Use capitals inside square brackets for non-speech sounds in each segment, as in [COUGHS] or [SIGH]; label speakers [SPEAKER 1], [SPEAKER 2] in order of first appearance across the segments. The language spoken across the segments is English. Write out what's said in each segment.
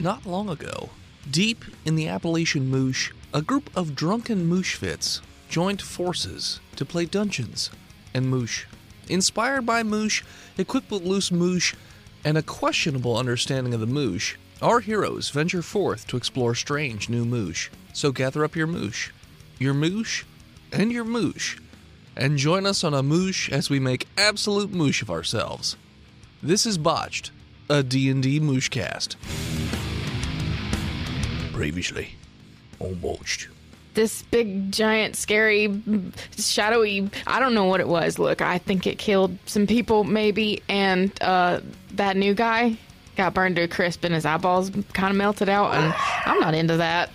[SPEAKER 1] Not long ago, deep in the Appalachian Moosh, a group of drunken Mooshfits joined forces to play Dungeons and Moosh. Inspired by Moosh, equipped with loose Moosh, and a questionable understanding of the Moosh, our heroes venture forth to explore strange new Moosh. So gather up your Moosh, your Moosh, and your Moosh, and join us on a Moosh as we make absolute Moosh of ourselves. This is Botched, a D&D Mooshcast. Previously, on Botched.
[SPEAKER 2] this big giant scary shadowy i don't know what it was look i think it killed some people maybe and uh that new guy got burned to a crisp and his eyeballs kind of melted out and i'm not into that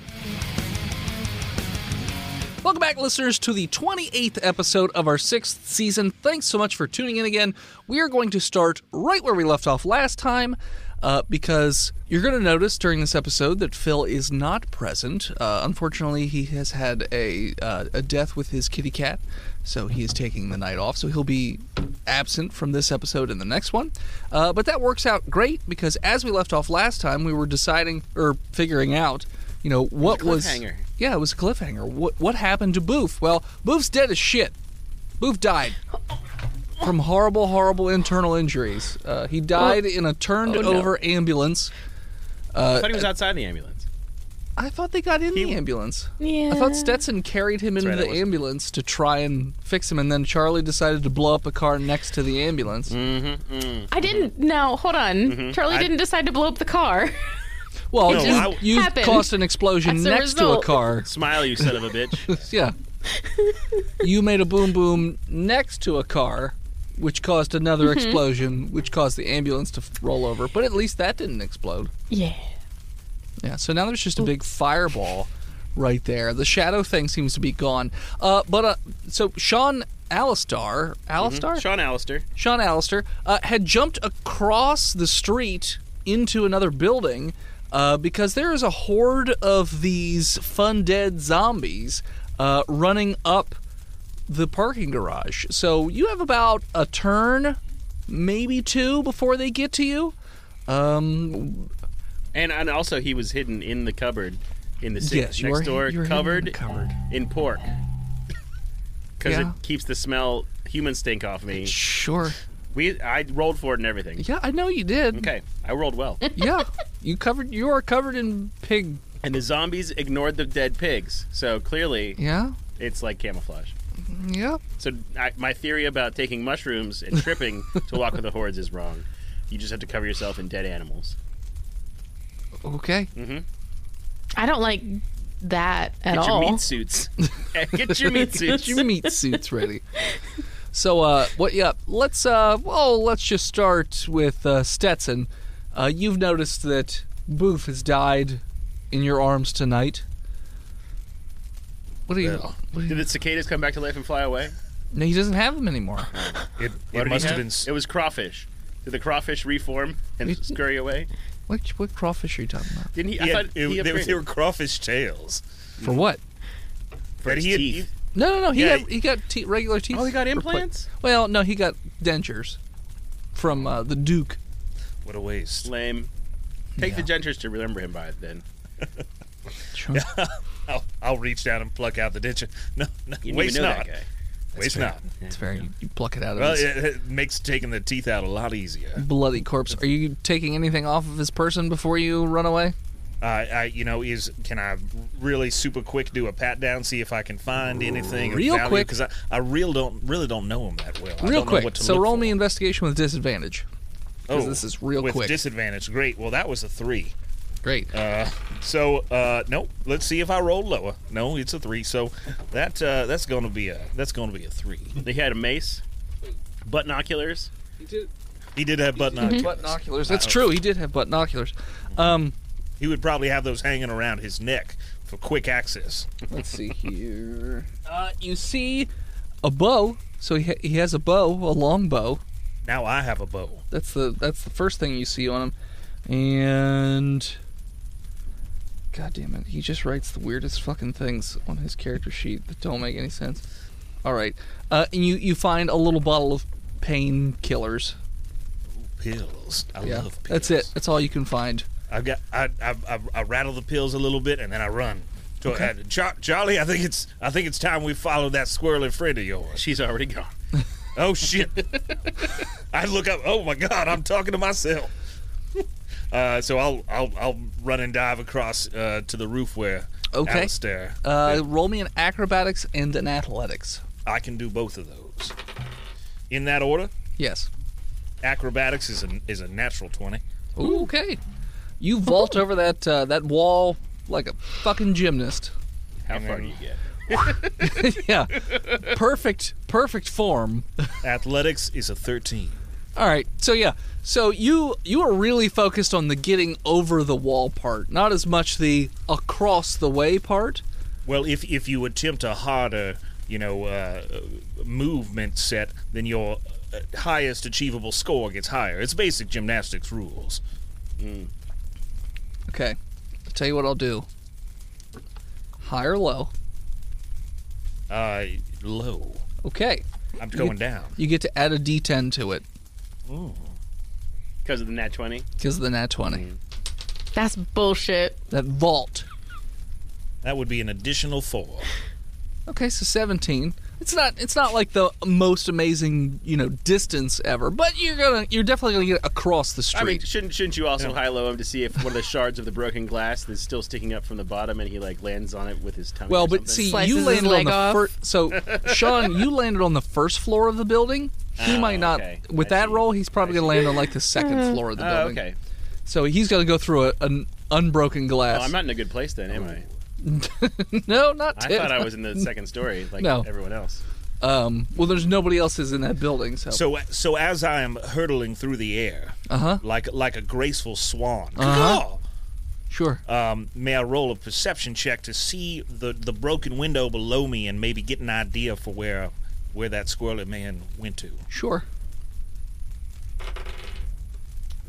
[SPEAKER 1] Welcome back, listeners, to the 28th episode of our sixth season. Thanks so much for tuning in again. We are going to start right where we left off last time uh, because you're going to notice during this episode that Phil is not present. Uh, unfortunately, he has had a, uh, a death with his kitty cat, so he is taking the night off. So he'll be absent from this episode and the next one. Uh, but that works out great because as we left off last time, we were deciding or figuring out. You know what was
[SPEAKER 3] cliffhanger.
[SPEAKER 1] yeah, it was a cliffhanger. What what happened to Boof? Well, Boof's dead as shit. Boof died from horrible, horrible internal injuries. Uh, he died in a turned
[SPEAKER 3] oh,
[SPEAKER 1] over ambulance.
[SPEAKER 3] I thought he was outside the ambulance.
[SPEAKER 1] I thought they got in the ambulance.
[SPEAKER 2] yeah
[SPEAKER 1] I thought Stetson carried him into
[SPEAKER 3] right, that
[SPEAKER 1] the
[SPEAKER 3] was-
[SPEAKER 1] ambulance to try and fix him, and then Charlie decided to blow up a car next to the ambulance.
[SPEAKER 3] Mm.
[SPEAKER 2] i didn't no hold on charlie
[SPEAKER 3] Mm-hmm. I-
[SPEAKER 2] didn't decide to blow up the car [LAUGHS]
[SPEAKER 1] Well,
[SPEAKER 3] No,
[SPEAKER 1] you,
[SPEAKER 3] I-
[SPEAKER 1] you
[SPEAKER 2] happened.
[SPEAKER 1] caused an explosion
[SPEAKER 2] As a
[SPEAKER 1] next to a
[SPEAKER 2] result.
[SPEAKER 1] car.
[SPEAKER 3] Smile, you son of a bitch.
[SPEAKER 1] Yeah. you made a boom boom next to a car, which caused another explosion, which caused the ambulance to f- roll over. But at least that didn't explode.
[SPEAKER 2] yeah
[SPEAKER 1] Yeah. So now there's just a big fireball right there. The shadow thing seems to be gone. Uh, but uh, so Sean Alistar, Alistar,
[SPEAKER 3] Mm-hmm. Sean Allister.
[SPEAKER 1] Sean Allister, uh, had jumped across the street into another building uh, because there is a horde of these fun dead zombies uh, running up the parking garage. So you have about a turn, maybe two, before they get to you.
[SPEAKER 3] And, and also, he was hidden in the cupboard in the sink
[SPEAKER 1] Yes, you
[SPEAKER 3] next
[SPEAKER 1] are-
[SPEAKER 3] door,
[SPEAKER 1] you are hidden in
[SPEAKER 3] covered,
[SPEAKER 1] the cupboard.
[SPEAKER 3] in
[SPEAKER 1] [LAUGHS]
[SPEAKER 3] pork. Because
[SPEAKER 1] Yeah.
[SPEAKER 3] it keeps the smell, human stink off me.
[SPEAKER 1] Sure.
[SPEAKER 3] We, I rolled for it
[SPEAKER 1] [LAUGHS]
[SPEAKER 3] and everything.
[SPEAKER 1] Yeah, I know you did.
[SPEAKER 3] Okay, I
[SPEAKER 1] [LAUGHS]
[SPEAKER 3] rolled well.
[SPEAKER 1] Yeah, you covered. You are covered in pig.
[SPEAKER 3] and the zombies ignored the dead pigs. So clearly,
[SPEAKER 1] Yeah.
[SPEAKER 3] it's like camouflage.
[SPEAKER 1] Yeah.
[SPEAKER 3] So I, my theory about taking mushrooms and
[SPEAKER 1] [LAUGHS]
[SPEAKER 3] tripping to walk with the hordes is wrong. You just have to cover yourself in dead animals.
[SPEAKER 1] Okay.
[SPEAKER 2] i don't like that at
[SPEAKER 3] Get
[SPEAKER 2] all
[SPEAKER 3] your meat
[SPEAKER 4] [LAUGHS]
[SPEAKER 3] suits. Get your [LAUGHS] meat
[SPEAKER 1] Get
[SPEAKER 3] suits.
[SPEAKER 1] your meat suits ready. So, uh, what? Yeah, let's. Uh, well, let's just start with uh, Stetson. Uh, you've noticed that Boof has died in your arms tonight. What are you? what are you-
[SPEAKER 3] Did the cicadas come back to life and fly away?
[SPEAKER 1] no, he doesn't have them anymore.
[SPEAKER 4] It,
[SPEAKER 3] What
[SPEAKER 4] it
[SPEAKER 3] did
[SPEAKER 4] must
[SPEAKER 3] he
[SPEAKER 4] have been. s-
[SPEAKER 3] It was crawfish. Did the crawfish reform and
[SPEAKER 1] It-
[SPEAKER 3] scurry away?
[SPEAKER 1] What, what crawfish are you talking about?
[SPEAKER 3] Didn't he?
[SPEAKER 4] he
[SPEAKER 3] I
[SPEAKER 4] had-
[SPEAKER 3] thought
[SPEAKER 4] it-
[SPEAKER 3] he
[SPEAKER 4] they, were-
[SPEAKER 3] upgraded
[SPEAKER 4] they were crawfish tails.
[SPEAKER 1] For what?
[SPEAKER 3] for
[SPEAKER 4] and
[SPEAKER 3] his
[SPEAKER 4] he had-
[SPEAKER 3] teeth.
[SPEAKER 1] No, no, no. He
[SPEAKER 4] Yeah,
[SPEAKER 1] got, he got te- regular teeth.
[SPEAKER 3] Oh, he got
[SPEAKER 1] repla-
[SPEAKER 3] implants?
[SPEAKER 1] Well, no, he got dentures from uh, the Duke.
[SPEAKER 4] What a waste!
[SPEAKER 3] Lame. Take the
[SPEAKER 1] Yeah.
[SPEAKER 3] gentures to remember him by. Then
[SPEAKER 4] I'll, I'll reach down and pluck out the denture. [LAUGHS] No, no
[SPEAKER 3] you didn't
[SPEAKER 4] waste
[SPEAKER 3] even know
[SPEAKER 4] not.
[SPEAKER 3] that guy.
[SPEAKER 4] Waste not.
[SPEAKER 1] It's very you pluck it out of
[SPEAKER 4] Well,
[SPEAKER 1] his
[SPEAKER 4] it, it makes taking the teeth out a lot easier.
[SPEAKER 1] bloody corpse. Are you taking anything off of his person before you run away?
[SPEAKER 4] Uh, I, you know, is can I really super quick do a pat down, see if I can find anything
[SPEAKER 1] Real
[SPEAKER 4] of value?
[SPEAKER 1] quick.
[SPEAKER 4] because I, I real don't really don't know him that well.
[SPEAKER 1] real
[SPEAKER 4] I don't know
[SPEAKER 1] quick.
[SPEAKER 4] what to
[SPEAKER 1] so
[SPEAKER 4] look
[SPEAKER 1] roll
[SPEAKER 4] for. Oh,
[SPEAKER 1] me investigation with disadvantage. 'cause this is real
[SPEAKER 4] with
[SPEAKER 1] quick.
[SPEAKER 4] disadvantage. Great. Well, that was a three.
[SPEAKER 1] Great.
[SPEAKER 4] Uh, so uh, nope. Let's see if I roll lower. No, it's a three. So that uh, that's gonna be a that's gonna be a three.
[SPEAKER 3] They had a mace, button oculars.
[SPEAKER 4] He did have button oculars.
[SPEAKER 1] button oculars. Mm-hmm. That's true. He did have button oculars. Um,
[SPEAKER 4] He would probably have those hanging around his neck for quick access.
[SPEAKER 1] let's see here. Uh, you see a bow. So he, ha- he has a bow, a long bow.
[SPEAKER 4] Now I have a bow.
[SPEAKER 1] That's the that's the first thing you see on him. And God damn it, he just writes the weirdest fucking things on his character sheet that don't make any sense. All right, uh, and you you find a little bottle of painkillers.
[SPEAKER 4] Pills. I
[SPEAKER 1] Yeah,
[SPEAKER 4] love pills.
[SPEAKER 1] that's it. That's all you can find.
[SPEAKER 4] I've got I, I, I, I rattle the pills a little bit and then I run. To, uh, Char- Charlie, I think it's I think it's time we follow that squirreling friend of yours.
[SPEAKER 3] She's already gone.
[SPEAKER 4] Oh shit! I look up. Oh my god! I'm talking to myself. Uh, so I'll I'll I'll run and dive across uh, to the roof where
[SPEAKER 1] Okay.
[SPEAKER 4] Alistair.
[SPEAKER 1] Uh, roll me an acrobatics and an athletics.
[SPEAKER 4] I can do both of those. In that order,
[SPEAKER 1] Yes.
[SPEAKER 4] acrobatics is a is a natural twenty.
[SPEAKER 1] Ooh, okay. You vault over that uh, that wall like a fucking gymnast. [LAUGHS]
[SPEAKER 3] How far do you get?
[SPEAKER 1] yeah. Perfect, perfect form.
[SPEAKER 4] Athletics is a thirteen.
[SPEAKER 1] All right. So yeah. So you you are really focused on the getting over the wall part, not as much the across the way part.
[SPEAKER 4] Well, if if you attempt a harder, you know, uh, uh, movement set, then your uh, highest achievable score gets higher. It's basic gymnastics rules.
[SPEAKER 1] Okay. I'll tell you what I'll do. High or low.
[SPEAKER 4] Uh, low.
[SPEAKER 1] Okay.
[SPEAKER 4] I'm going down.
[SPEAKER 1] You get to add a D10 to it
[SPEAKER 3] Because of the nat twenty.
[SPEAKER 1] because of the nat 20.
[SPEAKER 3] Mm.
[SPEAKER 2] That's bullshit.
[SPEAKER 1] That vault.
[SPEAKER 4] That would be an additional four.
[SPEAKER 1] Okay, so 17. It's not it's not like the most amazing, you know, distance ever, but you're going to you're definitely going to get across the
[SPEAKER 3] I mean,
[SPEAKER 1] street.
[SPEAKER 3] shouldn't shouldn't you also high low him to see if one of the shards of the broken glass that's still sticking up from the bottom and he like lands on it with his tongue?
[SPEAKER 1] well,
[SPEAKER 3] or
[SPEAKER 1] but
[SPEAKER 3] something?
[SPEAKER 1] see,
[SPEAKER 2] Slices
[SPEAKER 1] you
[SPEAKER 2] his
[SPEAKER 1] landed on
[SPEAKER 2] leg
[SPEAKER 1] the
[SPEAKER 2] off.
[SPEAKER 1] first
[SPEAKER 2] [LAUGHS]
[SPEAKER 1] so Sean, you landed on the first floor of the building. He
[SPEAKER 3] Oh,
[SPEAKER 1] might not
[SPEAKER 3] okay.
[SPEAKER 1] with
[SPEAKER 3] I
[SPEAKER 1] that
[SPEAKER 3] see.
[SPEAKER 1] roll, he's probably going to land on like the
[SPEAKER 2] Mm-hmm.
[SPEAKER 1] second floor of the
[SPEAKER 3] Oh,
[SPEAKER 1] building.
[SPEAKER 3] okay.
[SPEAKER 1] So he's got to go through a, an unbroken glass.
[SPEAKER 3] Well, I'm not in a good place then, am I?
[SPEAKER 1] [LAUGHS] no, not
[SPEAKER 3] I
[SPEAKER 1] Tim.
[SPEAKER 3] thought I was in the second story, like
[SPEAKER 1] No.
[SPEAKER 3] everyone else.
[SPEAKER 1] Um, well, there's nobody else is in that building, so,
[SPEAKER 4] So so as I am hurtling through the air,
[SPEAKER 1] Uh-huh.
[SPEAKER 4] like like a graceful swan,
[SPEAKER 1] Uh-huh. sure.
[SPEAKER 4] um, may I roll a perception check to see the, the broken window below me and maybe get an idea for where where that squirrely man went to?
[SPEAKER 1] Sure.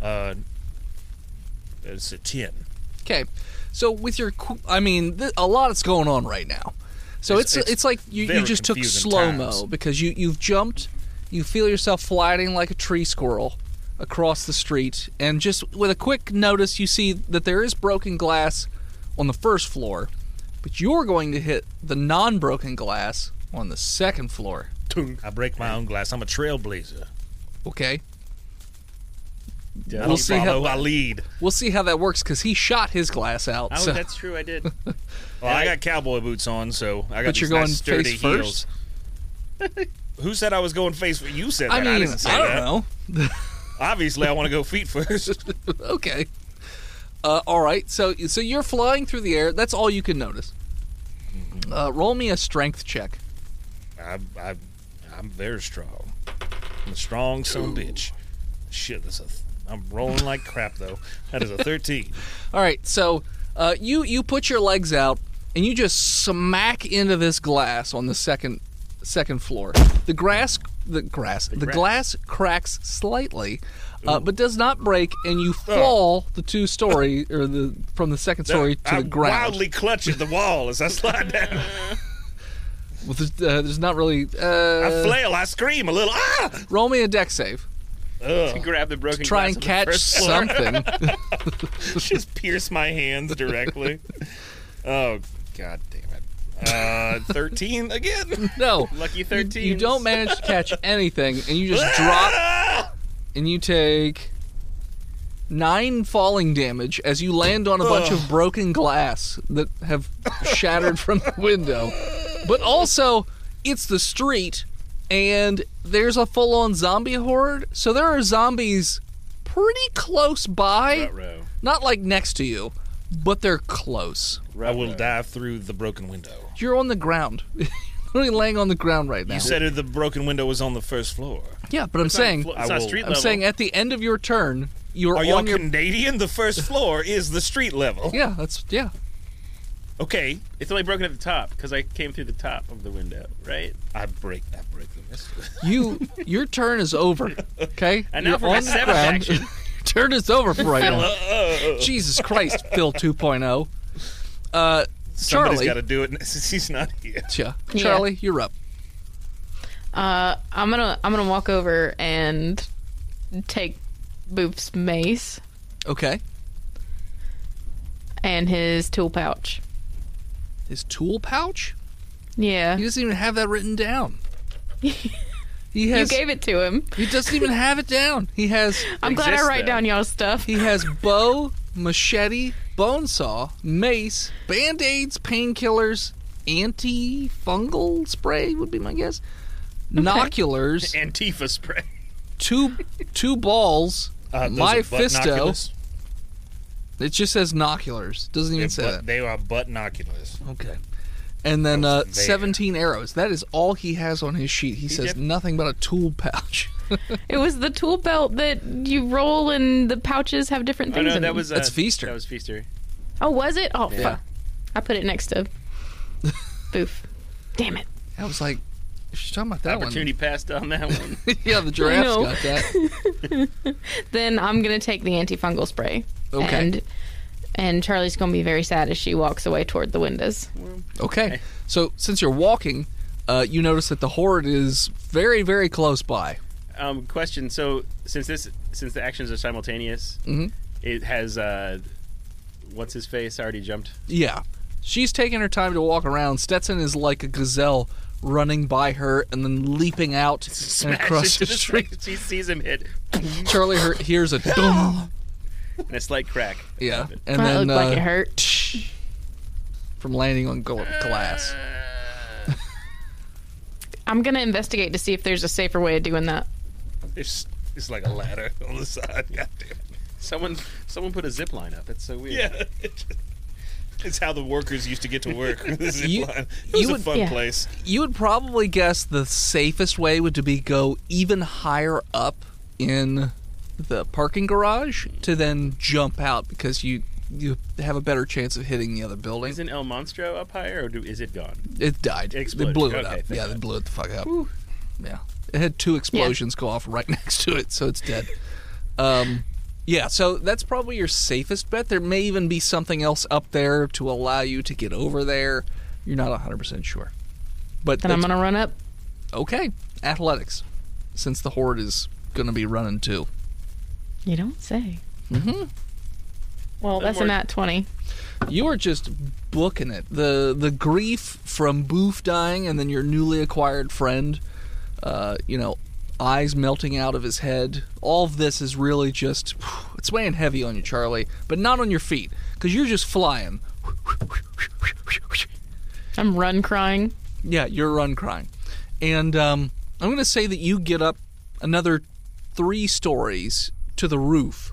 [SPEAKER 4] Uh, it's a ten.
[SPEAKER 1] Okay, so with your, qu- I mean, th- a lot is going on right now. So it's
[SPEAKER 4] It's-
[SPEAKER 1] it's,
[SPEAKER 4] it's
[SPEAKER 1] like you, you
[SPEAKER 4] very
[SPEAKER 1] just took
[SPEAKER 4] confusing
[SPEAKER 1] slow mo
[SPEAKER 4] times.
[SPEAKER 1] because you you've jumped, you feel yourself sliding like a tree squirrel across the street, and just with a quick notice, you see that there is broken glass on the first floor, but you're going to hit the non-broken glass on the second floor.
[SPEAKER 4] I break my own glass. I'm a trailblazer.
[SPEAKER 1] Okay,
[SPEAKER 3] Duh.
[SPEAKER 4] I don't
[SPEAKER 1] see how-
[SPEAKER 4] follow. I lead.
[SPEAKER 1] we'll see how that works because he shot his glass out.
[SPEAKER 3] Oh,
[SPEAKER 1] so-
[SPEAKER 3] that's true. I did.
[SPEAKER 4] Well, I got cowboy boots on, so I got
[SPEAKER 1] But you're
[SPEAKER 4] these nice
[SPEAKER 1] going
[SPEAKER 4] sturdy
[SPEAKER 1] face
[SPEAKER 4] heels. Who said I was going face? first? You said that.
[SPEAKER 1] I mean, I,
[SPEAKER 4] didn't say
[SPEAKER 1] don't
[SPEAKER 4] that.
[SPEAKER 1] know.
[SPEAKER 4] Obviously, I want to go feet [LAUGHS] first.
[SPEAKER 1] okay. Uh, all right. So so you're flying through the air. That's all you can notice. Uh, roll me a strength check.
[SPEAKER 4] I, I, I'm very strong. I'm a strong son of a bitch. Shit, that's a. Th- I'm rolling like crap though. That is
[SPEAKER 1] [LAUGHS]
[SPEAKER 4] a 13.
[SPEAKER 1] All right. So uh, you you put your legs out and you just smack into this glass on the second second floor. The grass the grass the,
[SPEAKER 3] grass.
[SPEAKER 1] glass cracks slightly. Uh, but does not break, and you
[SPEAKER 3] Oh.
[SPEAKER 1] fall the two story or the from the second story to
[SPEAKER 4] I
[SPEAKER 1] the ground.
[SPEAKER 4] wildly clutch at the wall as I slide down.
[SPEAKER 1] Well, there's, uh, there's not really.
[SPEAKER 4] I
[SPEAKER 1] Uh,
[SPEAKER 4] flail. I scream a little. Ah!
[SPEAKER 1] roll me a deck save. [LAUGHS]
[SPEAKER 4] Ugh.
[SPEAKER 3] Grab the broken.
[SPEAKER 1] Try
[SPEAKER 3] glass
[SPEAKER 1] and
[SPEAKER 3] on the
[SPEAKER 1] catch [LAUGHS]
[SPEAKER 3] first floor.
[SPEAKER 1] something.
[SPEAKER 4] Just pierce my
[SPEAKER 1] [LAUGHS]
[SPEAKER 4] hands directly. Oh god damn it. Uh, 13 again. [LAUGHS]
[SPEAKER 1] No.
[SPEAKER 3] Lucky
[SPEAKER 1] You-
[SPEAKER 3] thirteen.
[SPEAKER 1] You, don't manage to catch anything, and you [LAUGHS] just drop,
[SPEAKER 4] Ah!
[SPEAKER 1] and you take nine falling damage as you land on a bunch of broken glass that have shattered from the window. But also, it's the street, and there's a full-on zombie horde, so there are zombies pretty close by,
[SPEAKER 3] Front row.
[SPEAKER 1] not like next to you, but they're close.
[SPEAKER 4] I will dive through the broken window.
[SPEAKER 1] You're on the ground. [LAUGHS] You're literally laying on the ground right now.
[SPEAKER 4] You said the broken window was on the first floor.
[SPEAKER 1] yeah, but I'm
[SPEAKER 3] It's not
[SPEAKER 1] saying
[SPEAKER 3] flo-
[SPEAKER 4] I
[SPEAKER 3] It's not
[SPEAKER 4] will-
[SPEAKER 3] street
[SPEAKER 1] I'm
[SPEAKER 3] level. Oh,
[SPEAKER 1] saying at the end of your turn, you're
[SPEAKER 4] Are y'all
[SPEAKER 1] on your.
[SPEAKER 4] Canadian? The first floor is the street
[SPEAKER 1] [LAUGHS]
[SPEAKER 4] level.
[SPEAKER 1] yeah, that's yeah.
[SPEAKER 4] Okay,
[SPEAKER 3] it's only broken at the top because I came through the top of the window, right?
[SPEAKER 4] I break. I break the rest. of it.
[SPEAKER 1] You
[SPEAKER 3] [LAUGHS]
[SPEAKER 1] your turn is over. Okay,
[SPEAKER 3] And now
[SPEAKER 1] you're
[SPEAKER 3] for my
[SPEAKER 1] on the
[SPEAKER 3] seventh
[SPEAKER 1] ground.
[SPEAKER 3] action.
[SPEAKER 1] [LAUGHS] turn is over for right now. Jesus Christ, Phil 2.0. Uh,
[SPEAKER 4] [LAUGHS] Somebody's
[SPEAKER 1] Charlie,
[SPEAKER 4] got to do it [LAUGHS] since he's not here.
[SPEAKER 1] yeah,
[SPEAKER 2] Yeah.
[SPEAKER 1] Charlie, you're up.
[SPEAKER 2] Uh, I'm gonna I'm gonna walk over and take Boop's mace
[SPEAKER 1] Okay,
[SPEAKER 2] and his tool pouch.
[SPEAKER 1] His tool pouch?
[SPEAKER 2] Yeah.
[SPEAKER 1] He doesn't even have that written
[SPEAKER 2] [LAUGHS]
[SPEAKER 1] down. He has.
[SPEAKER 2] you gave it to him.
[SPEAKER 1] he doesn't even have it down. He has.
[SPEAKER 2] I'm glad I
[SPEAKER 3] exists
[SPEAKER 2] write
[SPEAKER 3] then.
[SPEAKER 2] down y'all stuff.
[SPEAKER 1] He has bow, machete, bone saw, mace, band aids, painkillers, antifungal spray would be my guess, noculars,
[SPEAKER 3] Antifa spray.
[SPEAKER 1] two two balls,
[SPEAKER 4] Uh, those
[SPEAKER 1] my
[SPEAKER 4] are butt
[SPEAKER 1] fisto.
[SPEAKER 4] noculars.
[SPEAKER 1] It just says noculars. Doesn't even
[SPEAKER 4] They're
[SPEAKER 1] say
[SPEAKER 4] butt-
[SPEAKER 1] that.
[SPEAKER 4] They are butt noculars.
[SPEAKER 1] Okay. And then uh,
[SPEAKER 4] Those there.
[SPEAKER 1] 17 arrows. That is all he has on his sheet. He, says
[SPEAKER 3] def-
[SPEAKER 1] nothing about a tool pouch. [LAUGHS]
[SPEAKER 2] It was the tool belt that you roll and the pouches have different
[SPEAKER 3] Oh
[SPEAKER 2] things
[SPEAKER 3] no,
[SPEAKER 2] in
[SPEAKER 3] that
[SPEAKER 2] them.
[SPEAKER 3] was uh,
[SPEAKER 1] That's Feaster.
[SPEAKER 3] That was Feaster.
[SPEAKER 2] Oh, was it? Oh,
[SPEAKER 3] Yeah.
[SPEAKER 2] fuck. I put it next to Boof. Damn it.
[SPEAKER 1] I was like, if she's talking about that
[SPEAKER 3] Opportunity passed on that one.
[SPEAKER 1] [LAUGHS] one. [LAUGHS] yeah, the giraffe's
[SPEAKER 2] know.
[SPEAKER 1] got that.
[SPEAKER 2] Then I'm going to take the antifungal spray.
[SPEAKER 1] Okay.
[SPEAKER 2] And, and Charlie's going to be very sad as she walks away toward the windows.
[SPEAKER 1] Okay. So since you're walking, uh, you notice that the horde is very, very close by.
[SPEAKER 3] um, question. So since this, since the actions are simultaneous,
[SPEAKER 1] Mm-hmm.
[SPEAKER 3] it has uh, what's his face already jumped.
[SPEAKER 1] Yeah. She's taking her time to walk around. Stetson is like a gazelle running by her and then leaping out and
[SPEAKER 3] Smash
[SPEAKER 1] across
[SPEAKER 3] into
[SPEAKER 1] the street.
[SPEAKER 3] side. She sees him hit,
[SPEAKER 1] Charlie her- hears a boom.
[SPEAKER 3] and a slight crack.
[SPEAKER 1] Yeah. And
[SPEAKER 2] That
[SPEAKER 1] then
[SPEAKER 2] looked like
[SPEAKER 1] uh,
[SPEAKER 2] it hurt.
[SPEAKER 1] from landing on gl- glass.
[SPEAKER 2] I'm going to investigate to see if there's a safer way of doing that.
[SPEAKER 4] It's it's like a ladder [LAUGHS] on the side. God damn it.
[SPEAKER 3] Someone, someone put a zip line up. That's so weird.
[SPEAKER 4] Yeah. [LAUGHS] It's how the workers used to get to work. [LAUGHS] with the zip
[SPEAKER 1] You-
[SPEAKER 4] line.
[SPEAKER 1] you
[SPEAKER 4] It was
[SPEAKER 1] would-
[SPEAKER 4] a fun
[SPEAKER 2] Yeah.
[SPEAKER 4] place.
[SPEAKER 1] You would probably guess the safest way would to be go even higher up in the parking garage to then jump out because you you have a better chance of hitting the other building.
[SPEAKER 3] Isn't El Monstro up higher, or do, is it gone?
[SPEAKER 1] It died.
[SPEAKER 3] It
[SPEAKER 1] they
[SPEAKER 3] exploded.
[SPEAKER 1] blew it
[SPEAKER 3] Okay,
[SPEAKER 1] up.
[SPEAKER 3] thank
[SPEAKER 1] Yeah, they
[SPEAKER 3] God.
[SPEAKER 1] blew it the fuck up. Yeah, it had two explosions go off right [LAUGHS] next to it, so it's dead. um, yeah, so that's probably your safest bet. There may even be something else up there to allow you to get over there. You're not 100 percent sure, but
[SPEAKER 2] Then I'm
[SPEAKER 1] that's-
[SPEAKER 2] going to run up.
[SPEAKER 1] okay. Athletics, since the horde is gonna be running too.
[SPEAKER 2] You don't say. Mm-hmm. Well, that's a
[SPEAKER 3] worked.
[SPEAKER 2] nat 20.
[SPEAKER 1] You are just booking it. The the grief from Boof dying and then your newly acquired friend, uh, you know, eyes melting out of his head. All of this is really just [SIGHS] it's weighing heavy on you, Charlie, but not on your feet because you're just flying. [LAUGHS]
[SPEAKER 2] I'm run crying.
[SPEAKER 1] Yeah, you're run crying, and um, I'm going to say that you get up another three stories to the roof,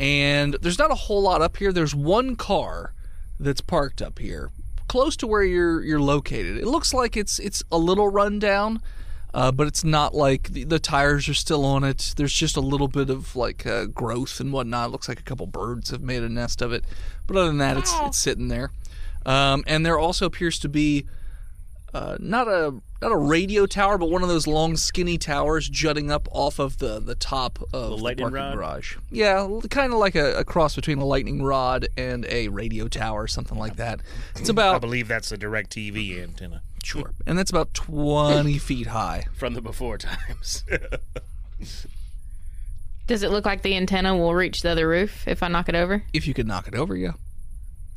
[SPEAKER 1] and there's not a whole lot up here. There's one car that's parked up here, close to where you're you're located. It looks like it's it's a little rundown, uh, but it's not like the, the tires are still on it. There's just a little bit of like uh, growth and whatnot. It looks like a couple birds have made a nest of it, but other than that, it's it's sitting there. Um, and there also appears to be uh, not a not a radio tower, but one of those long, skinny towers jutting up off of the the top of the,
[SPEAKER 3] lightning
[SPEAKER 1] parking
[SPEAKER 3] rod?
[SPEAKER 1] garage. Yeah, kind of like a, a cross between a lightning rod and a radio tower, something like that. It's
[SPEAKER 4] I
[SPEAKER 1] about
[SPEAKER 4] believe that's a direct TV antenna.
[SPEAKER 1] sure, and that's about twenty feet high.
[SPEAKER 3] From the before [LAUGHS] times.
[SPEAKER 2] Does it look like the antenna will reach the other roof if I knock it over?
[SPEAKER 1] If you could knock it over, yeah.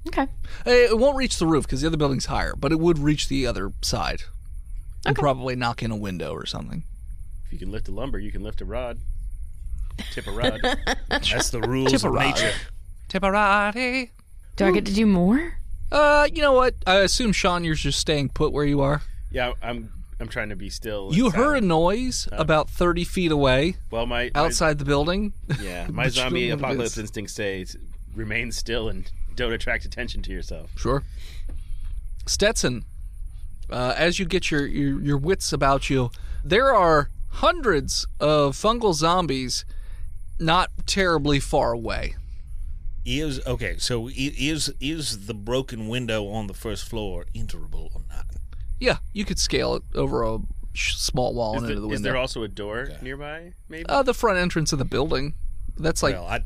[SPEAKER 2] Okay.
[SPEAKER 1] Eh, It won't reach the roof because the other building's higher, but it would reach the other side and probably knock in a window or something.
[SPEAKER 3] if you can lift a lumber, you can lift a rod. Tip
[SPEAKER 1] [LAUGHS]
[SPEAKER 3] a rod.
[SPEAKER 4] That's the rules of
[SPEAKER 1] Tipperary.
[SPEAKER 4] nature.
[SPEAKER 1] Tipperary.
[SPEAKER 2] Do I get to do more?
[SPEAKER 1] Uh, you know what? I assume Sean, you're just staying put where you are.
[SPEAKER 3] yeah, I'm. I'm trying to be still. and
[SPEAKER 1] You heard a
[SPEAKER 3] silent.
[SPEAKER 1] noise about thirty feet away
[SPEAKER 3] Well, my my-
[SPEAKER 1] outside the building. [LAUGHS]
[SPEAKER 3] Yeah, my
[SPEAKER 1] But you don't
[SPEAKER 3] zombie
[SPEAKER 1] know what it
[SPEAKER 3] apocalypse
[SPEAKER 1] is.
[SPEAKER 3] instincts say s- remain still and don't attract attention to yourself.
[SPEAKER 1] Sure. Stetson, uh, as you get your, your, your wits about you, there are hundreds of fungal zombies not terribly far away.
[SPEAKER 4] Is okay. So i- is is the broken window on the first floor enterable or not?
[SPEAKER 1] Yeah, you could scale it over a sh- small wall
[SPEAKER 3] Is,
[SPEAKER 1] and
[SPEAKER 3] the-
[SPEAKER 1] into the
[SPEAKER 3] is
[SPEAKER 1] window.
[SPEAKER 3] there also a door nearby? Maybe.
[SPEAKER 1] uh, the front entrance of the building. That's like,
[SPEAKER 4] Well, I,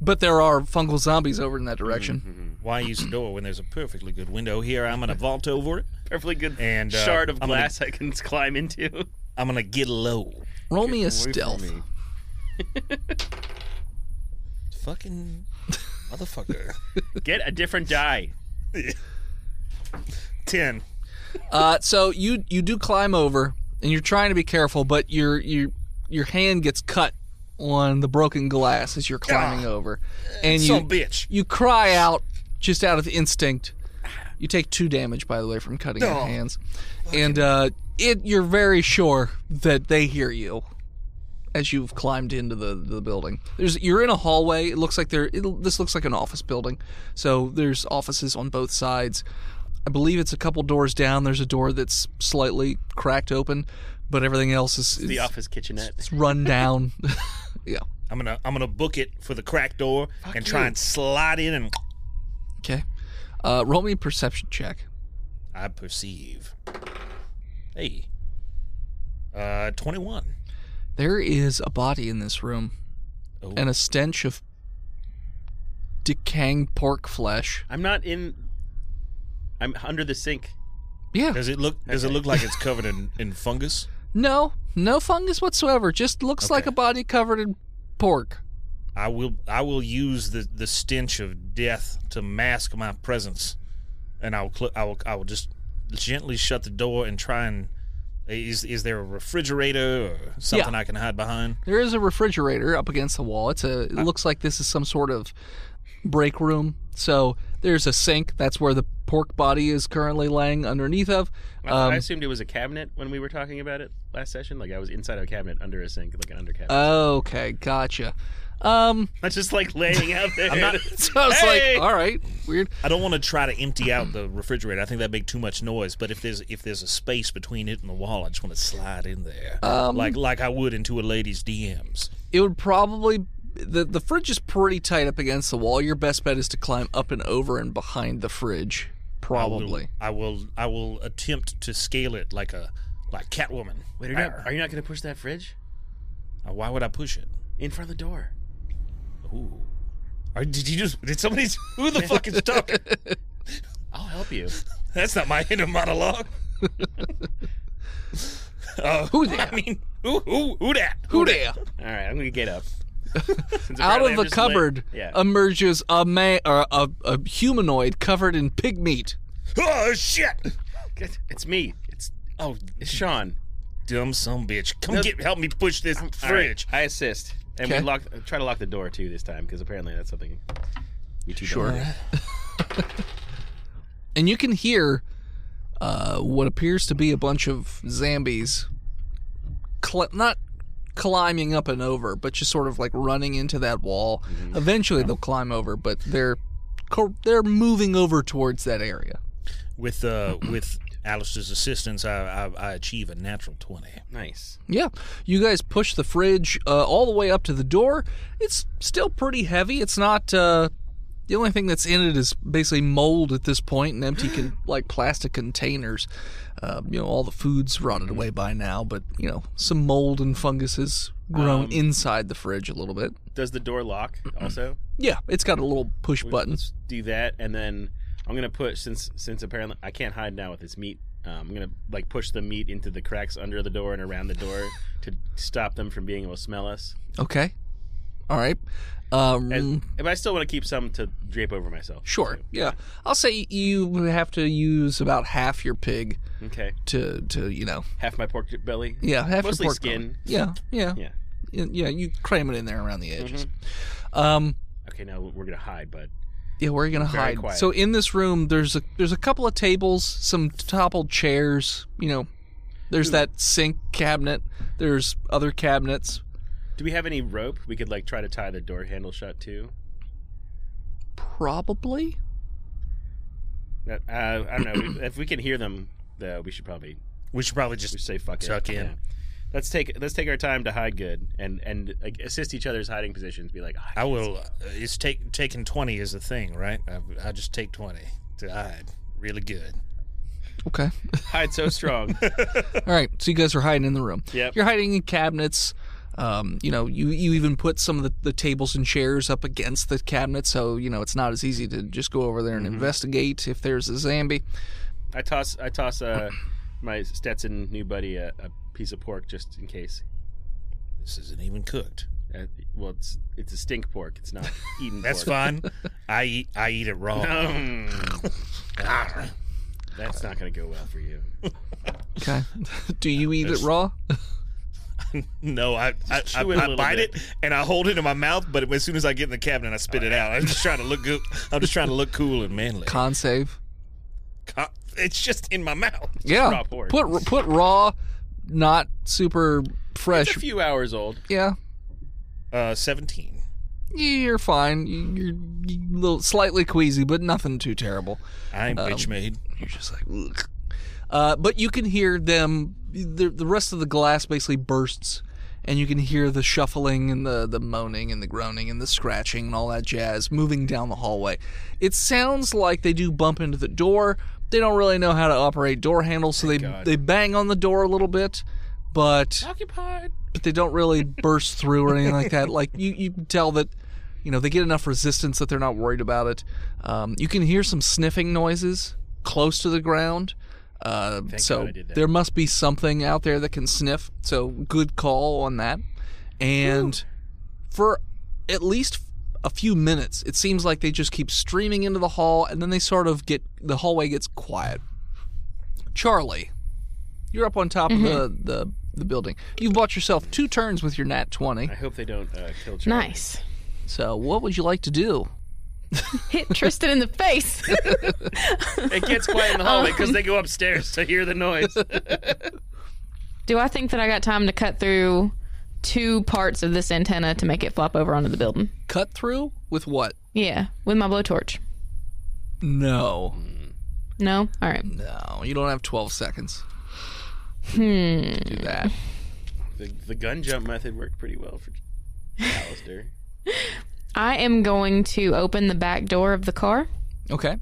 [SPEAKER 1] but there are fungal zombies over in that direction.
[SPEAKER 3] Mm-hmm.
[SPEAKER 4] why use a door when there's a perfectly good window here? I'm gonna vault over it.
[SPEAKER 3] Perfectly good
[SPEAKER 4] And, uh,
[SPEAKER 3] shard of
[SPEAKER 4] I'm gonna-
[SPEAKER 3] glass I can [LAUGHS] climb into.
[SPEAKER 4] I'm gonna get low.
[SPEAKER 1] Roll me a
[SPEAKER 3] Away from
[SPEAKER 1] stealth.
[SPEAKER 3] me.
[SPEAKER 4] Fucking Motherfucker.
[SPEAKER 3] Get a different die.
[SPEAKER 4] Ten.
[SPEAKER 1] Uh, so you you do climb over, and you're trying to be careful, but your your your hand gets cut on the broken glass as you're climbing
[SPEAKER 4] Ah,
[SPEAKER 1] over, and you
[SPEAKER 4] Some bitch.
[SPEAKER 1] you cry out just out of instinct. You take two damage, by the way, from cutting your
[SPEAKER 4] Oh.
[SPEAKER 1] hands, and uh, it you're very sure that they hear you as you've climbed into the, the building. There's you're in a hallway. It looks like there. It, this looks like an office building. So there's offices on both sides. I believe it's a couple doors down. There's a door that's slightly cracked open, but everything else is, is
[SPEAKER 3] The office kitchenette.
[SPEAKER 1] run down. [LAUGHS] yeah.
[SPEAKER 4] I'm gonna I'm gonna book it for the crack door and try
[SPEAKER 1] you.
[SPEAKER 4] and slide in and
[SPEAKER 1] Okay. Uh, roll me a perception check.
[SPEAKER 4] I perceive. Hey. Uh twenty one.
[SPEAKER 1] There is a body in this room
[SPEAKER 4] Oh.
[SPEAKER 1] and a stench of decaying pork flesh.
[SPEAKER 3] I'm not in. I'm under the sink.
[SPEAKER 1] Yeah.
[SPEAKER 4] Does it look does it look like it's covered in, in fungus?
[SPEAKER 1] No, no fungus whatsoever. Just looks like
[SPEAKER 4] Okay.
[SPEAKER 1] a body covered in pork.
[SPEAKER 4] I will I will use the, the stench of death to mask my presence, and I will cl- I will I will just gently shut the door and try and is is there a refrigerator or something I can hide behind? [LAUGHS]
[SPEAKER 1] There is a refrigerator up against the wall. It's a. It looks like this is some sort of break room. So there's a sink. That's where the pork body is currently laying underneath of. Uh,
[SPEAKER 3] I, I assumed it was a cabinet when we were talking about it last session. Like I was inside of a cabinet under a sink, like an under
[SPEAKER 1] Uh,
[SPEAKER 3] cabinet.
[SPEAKER 1] Okay, gotcha. Um, [LAUGHS]
[SPEAKER 3] I'm just like laying out there. I'm not.
[SPEAKER 1] so I was
[SPEAKER 3] Hey!
[SPEAKER 1] like, all right, weird.
[SPEAKER 4] I don't want to try to empty out the refrigerator. I think that'd make too much noise. But if there's if there's a space between it and the wall, I just want to slide in there,
[SPEAKER 3] Um,
[SPEAKER 4] like like I would into a lady's DMs.
[SPEAKER 1] It would probably the the fridge is pretty tight up against the wall. Your best bet is to climb up and over and behind the fridge, probably.
[SPEAKER 4] I will I will attempt to scale it like a like Catwoman.
[SPEAKER 3] Wait, are you not, are you not going to push that fridge
[SPEAKER 4] Uh, Why would I push it?
[SPEAKER 3] in front of the door?
[SPEAKER 4] Ooh. Or did you just? Did somebody? Who the fuck is talking?
[SPEAKER 3] I'll help you.
[SPEAKER 4] That's not my inner monologue. uh,
[SPEAKER 3] [LAUGHS]
[SPEAKER 1] Who there?
[SPEAKER 4] I mean, who who who that?
[SPEAKER 1] Who there?
[SPEAKER 3] All right, I'm going to get up. Since
[SPEAKER 1] Out
[SPEAKER 3] apparently
[SPEAKER 1] of the
[SPEAKER 3] I'm just lay-
[SPEAKER 1] cupboard
[SPEAKER 3] yeah.
[SPEAKER 1] emerges a man or a, a humanoid covered in pig meat.
[SPEAKER 4] Oh shit!
[SPEAKER 3] It's- it's me. It's
[SPEAKER 4] Oh,
[SPEAKER 3] it's Sean.
[SPEAKER 4] dumb some bitch! Come
[SPEAKER 3] No.
[SPEAKER 4] get help me push this
[SPEAKER 3] All right,
[SPEAKER 4] fridge.
[SPEAKER 3] I assist, and
[SPEAKER 1] Okay.
[SPEAKER 3] we lock. Try to lock the door too this time because apparently that's something you two
[SPEAKER 1] Sure.
[SPEAKER 3] don't do.
[SPEAKER 1] [LAUGHS] and you can hear uh, what appears to be a bunch of zombies, cl- not climbing up and over, but just sort of like running into that wall. Eventually, they'll climb over, but they're co- they're moving over towards that area.
[SPEAKER 4] With uh, with Alistair's assistance, I, I I achieve a natural twenty.
[SPEAKER 3] Nice.
[SPEAKER 1] Yeah, you guys push the fridge uh, all the way up to the door. It's still pretty heavy. It's not. Uh, the only thing that's in it is basically mold at this point and empty
[SPEAKER 3] [GASPS]
[SPEAKER 1] con- like plastic containers. Um, you know, all the food's rotted away by now, but you know, some mold and fungus has grown
[SPEAKER 3] Um,
[SPEAKER 1] inside the fridge a little bit.
[SPEAKER 3] Does the door lock also?
[SPEAKER 1] Yeah, it's got a little push button.
[SPEAKER 3] Let's do that, and then I'm gonna push since since apparently I can't hide now with this meat. Um, I'm gonna like push the meat into the cracks under the door and around the door to stop them from being able to smell us.
[SPEAKER 1] Okay, all right. Um,
[SPEAKER 3] And, but I still want to keep some to drape over myself.
[SPEAKER 1] sure. Yeah, I'll say you have to use about half your pig
[SPEAKER 3] Okay.
[SPEAKER 1] to to you know
[SPEAKER 3] Half my pork belly.
[SPEAKER 1] Yeah, half
[SPEAKER 3] Mostly
[SPEAKER 1] your pork
[SPEAKER 3] skin.
[SPEAKER 1] belly. Yeah, yeah,
[SPEAKER 3] Yeah.
[SPEAKER 1] yeah, yeah. You cram it in there around the edges. Um,
[SPEAKER 3] Mm-hmm. Okay, now we're gonna hide, but
[SPEAKER 1] yeah, where are you gonna
[SPEAKER 3] Very
[SPEAKER 1] hide?
[SPEAKER 3] quiet.
[SPEAKER 1] So in this room, there's a there's a couple of tables, some toppled chairs. You know, there's
[SPEAKER 3] Hmm.
[SPEAKER 1] that sink cabinet. There's other cabinets.
[SPEAKER 3] do we have any rope we could like try to tie the door handle shut too?
[SPEAKER 1] Probably.
[SPEAKER 3] Uh, I don't know. [COUGHS] if we can hear them though, we should probably
[SPEAKER 4] We should probably
[SPEAKER 3] We
[SPEAKER 4] just
[SPEAKER 3] say fuck
[SPEAKER 4] Tuck
[SPEAKER 3] it.
[SPEAKER 4] in.
[SPEAKER 3] Let's take let's take our time to hide good and and like, assist each other's hiding positions. Be like, "Ah,
[SPEAKER 4] I will. uh, It's take, taking twenty is a thing, right? I, I just take twenty to hide. Really good.
[SPEAKER 3] [LAUGHS]
[SPEAKER 1] Okay.
[SPEAKER 3] hide so
[SPEAKER 4] [LAUGHS]
[SPEAKER 3] strong.
[SPEAKER 1] All right. So you guys are hiding in the room.
[SPEAKER 3] Yep.
[SPEAKER 1] You're hiding in cabinets. Um, you know, you, you even put some of the, the tables and chairs up against the cabinet, so you know it's not as easy to just go over there
[SPEAKER 3] Mm-hmm.
[SPEAKER 1] and investigate if there's a zombie.
[SPEAKER 3] I toss I toss uh, my Stetson new buddy a, a piece of pork just in case.
[SPEAKER 4] This isn't even cooked.
[SPEAKER 3] Uh, well, it's it's a stink pork. It's
[SPEAKER 4] [LAUGHS]
[SPEAKER 3] not eaten.
[SPEAKER 4] That's
[SPEAKER 3] pork.
[SPEAKER 4] fine. I eat I eat
[SPEAKER 3] [LAUGHS]
[SPEAKER 4] it raw.
[SPEAKER 3] Mm. Ah. That's not going to go well for you.
[SPEAKER 1] Okay. [LAUGHS] Do you eat it raw?
[SPEAKER 4] No, I I, I,
[SPEAKER 3] chew it a
[SPEAKER 4] I
[SPEAKER 3] little
[SPEAKER 4] bite
[SPEAKER 3] bit.
[SPEAKER 4] it and I hold it in my mouth, but as soon as I get in the cabinet, I spit it out. I'm just trying to look good. I'm just trying to look cool and manly.
[SPEAKER 1] Con save.
[SPEAKER 3] [LAUGHS]
[SPEAKER 4] Co- It's just in my mouth.
[SPEAKER 1] Yeah.
[SPEAKER 3] raw pork.
[SPEAKER 1] Put put raw, not super
[SPEAKER 3] It's
[SPEAKER 1] fresh.
[SPEAKER 3] a few hours old.
[SPEAKER 1] yeah.
[SPEAKER 4] Uh, Seventeen.
[SPEAKER 1] You're fine. You're a little slightly queasy, but nothing too terrible.
[SPEAKER 4] I ain't bitch made.
[SPEAKER 1] You're just like, Ugh. Uh, but you can hear them. The, the rest of the glass basically bursts, and you can hear the shuffling and the the moaning and the groaning and the scratching and all that jazz moving down the hallway. It sounds like they do bump into the door. They don't really know how to operate door handles, so they
[SPEAKER 3] God.
[SPEAKER 1] they bang on the door a little bit, but
[SPEAKER 3] Occupied.
[SPEAKER 1] but they don't really burst through or anything like that.
[SPEAKER 3] [LAUGHS]
[SPEAKER 1] Like you, you can tell that you know they get enough resistance that they're not worried about it. Um, you can hear some sniffing noises close to the ground. Uh, so
[SPEAKER 3] God I did that.
[SPEAKER 1] there must be something out there that can sniff. So good call on that. And for at least a few minutes, it seems like they just keep streaming into the hall, and then they sort of get the hallway gets quiet. Charlie, you're up on top of the, the the building. You've bought yourself two turns with your nat twenty.
[SPEAKER 3] I hope they don't uh,
[SPEAKER 4] [LAUGHS]
[SPEAKER 3] kill Charlie.
[SPEAKER 2] Nice.
[SPEAKER 1] So what would you like to do?
[SPEAKER 2] Hit Tristan in the [LAUGHS] face.
[SPEAKER 3] It gets quiet in the
[SPEAKER 4] Um.
[SPEAKER 3] hallway because they go upstairs to hear the
[SPEAKER 4] [LAUGHS]
[SPEAKER 3] noise.
[SPEAKER 2] Do I think that I got time to cut through two parts of this antenna to make it flop over onto the building?
[SPEAKER 1] Cut through with what?
[SPEAKER 2] Yeah, with my blowtorch.
[SPEAKER 1] No,
[SPEAKER 2] No? All right.
[SPEAKER 1] no, you don't have twelve seconds. Hmm. Do that.
[SPEAKER 3] the, the gun jump method worked pretty well for Alistair.
[SPEAKER 2] I am going to open the back door of the car.
[SPEAKER 1] Okay.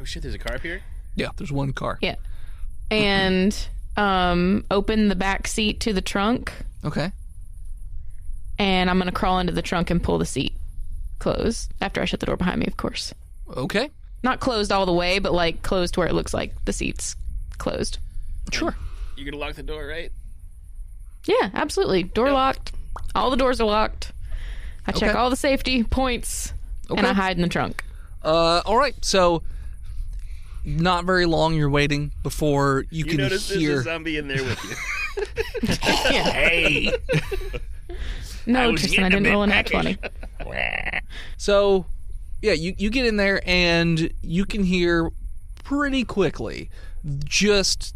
[SPEAKER 3] Oh shit! There's a car up here.
[SPEAKER 1] Yeah, there's one car.
[SPEAKER 2] Yeah. And um, open the back seat to the trunk.
[SPEAKER 1] Okay.
[SPEAKER 2] And I'm going to crawl into the trunk and pull the seat closed after I shut the door behind me, of course.
[SPEAKER 1] Okay.
[SPEAKER 2] Not closed all the way, but like closed to where it looks like the seat's closed.
[SPEAKER 1] Sure.
[SPEAKER 3] You're gonna lock the door, right?
[SPEAKER 2] Yeah, absolutely. Door locked. All the doors are locked. I check
[SPEAKER 1] Okay.
[SPEAKER 2] all the safety points and I
[SPEAKER 1] Okay.
[SPEAKER 2] hide in the trunk.
[SPEAKER 1] Uh, all right. So, not very long. You're waiting before you,
[SPEAKER 3] You
[SPEAKER 1] can
[SPEAKER 3] notice
[SPEAKER 1] hear.
[SPEAKER 3] there's a zombie in there with you. [LAUGHS]
[SPEAKER 4] Hey,
[SPEAKER 2] No,
[SPEAKER 4] was
[SPEAKER 2] Tristan, I
[SPEAKER 4] getting a
[SPEAKER 2] didn't
[SPEAKER 4] bit
[SPEAKER 2] roll an at
[SPEAKER 4] packaged.
[SPEAKER 2] 20.
[SPEAKER 1] So, yeah, you, you get in there and you can hear pretty quickly just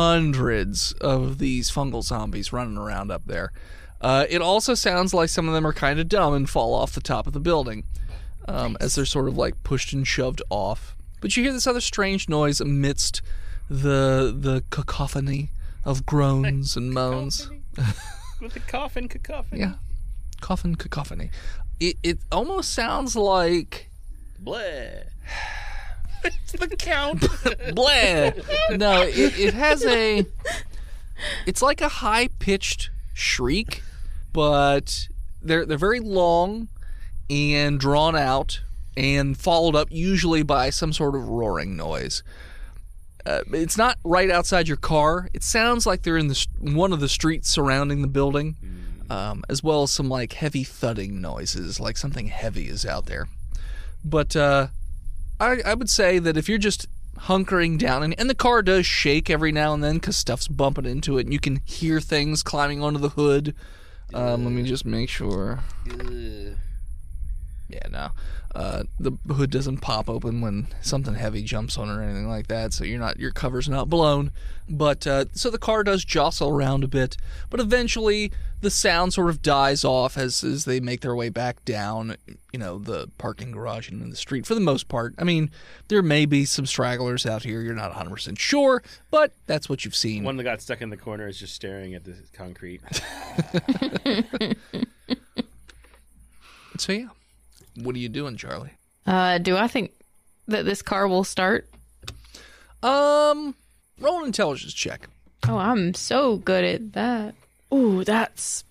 [SPEAKER 1] hundreds of these fungal zombies running around up there. Uh, it also sounds like some of them are kind of dumb and fall off the top of the building um, as they're sort of like pushed and shoved off. But you hear this other strange noise amidst the the cacophony of groans and moans.
[SPEAKER 3] with the coffin, cacophony.
[SPEAKER 1] Yeah. Coffin cacophony. It, it almost sounds like
[SPEAKER 3] Bleh.
[SPEAKER 4] the
[SPEAKER 3] [LAUGHS]
[SPEAKER 4] count.
[SPEAKER 1] [LAUGHS] Bleh. No, it, it has a. It's like a high pitched shriek, but they're they're very long and drawn out and followed up usually by some sort of roaring noise. Uh, it's not right outside your car. It sounds like they're in the s- one of the streets surrounding the building, um, as well as some like heavy thudding noises, like something heavy is out there. But uh, I, I would say that if you're just hunkering down and, and the car does shake every now and then because stuff's bumping into it and you can hear things climbing onto the hood um, let me just make sure yeah no uh, the hood doesn't pop open when something heavy jumps on it or anything like that so you're not your cover's not blown but uh, so the car does jostle around a bit but eventually the sound sort of dies off as, as they make their way back down you know the parking garage and in the street for the most part i mean there may be some stragglers out here you're not 100% sure but that's what you've seen
[SPEAKER 3] One that got stuck in the corner is just staring at the concrete.
[SPEAKER 1] so yeah what are you doing charlie
[SPEAKER 2] Uh, do I think that this car will start?
[SPEAKER 1] um roll an intelligence check
[SPEAKER 2] Oh, I'm so good at that. Ooh, that's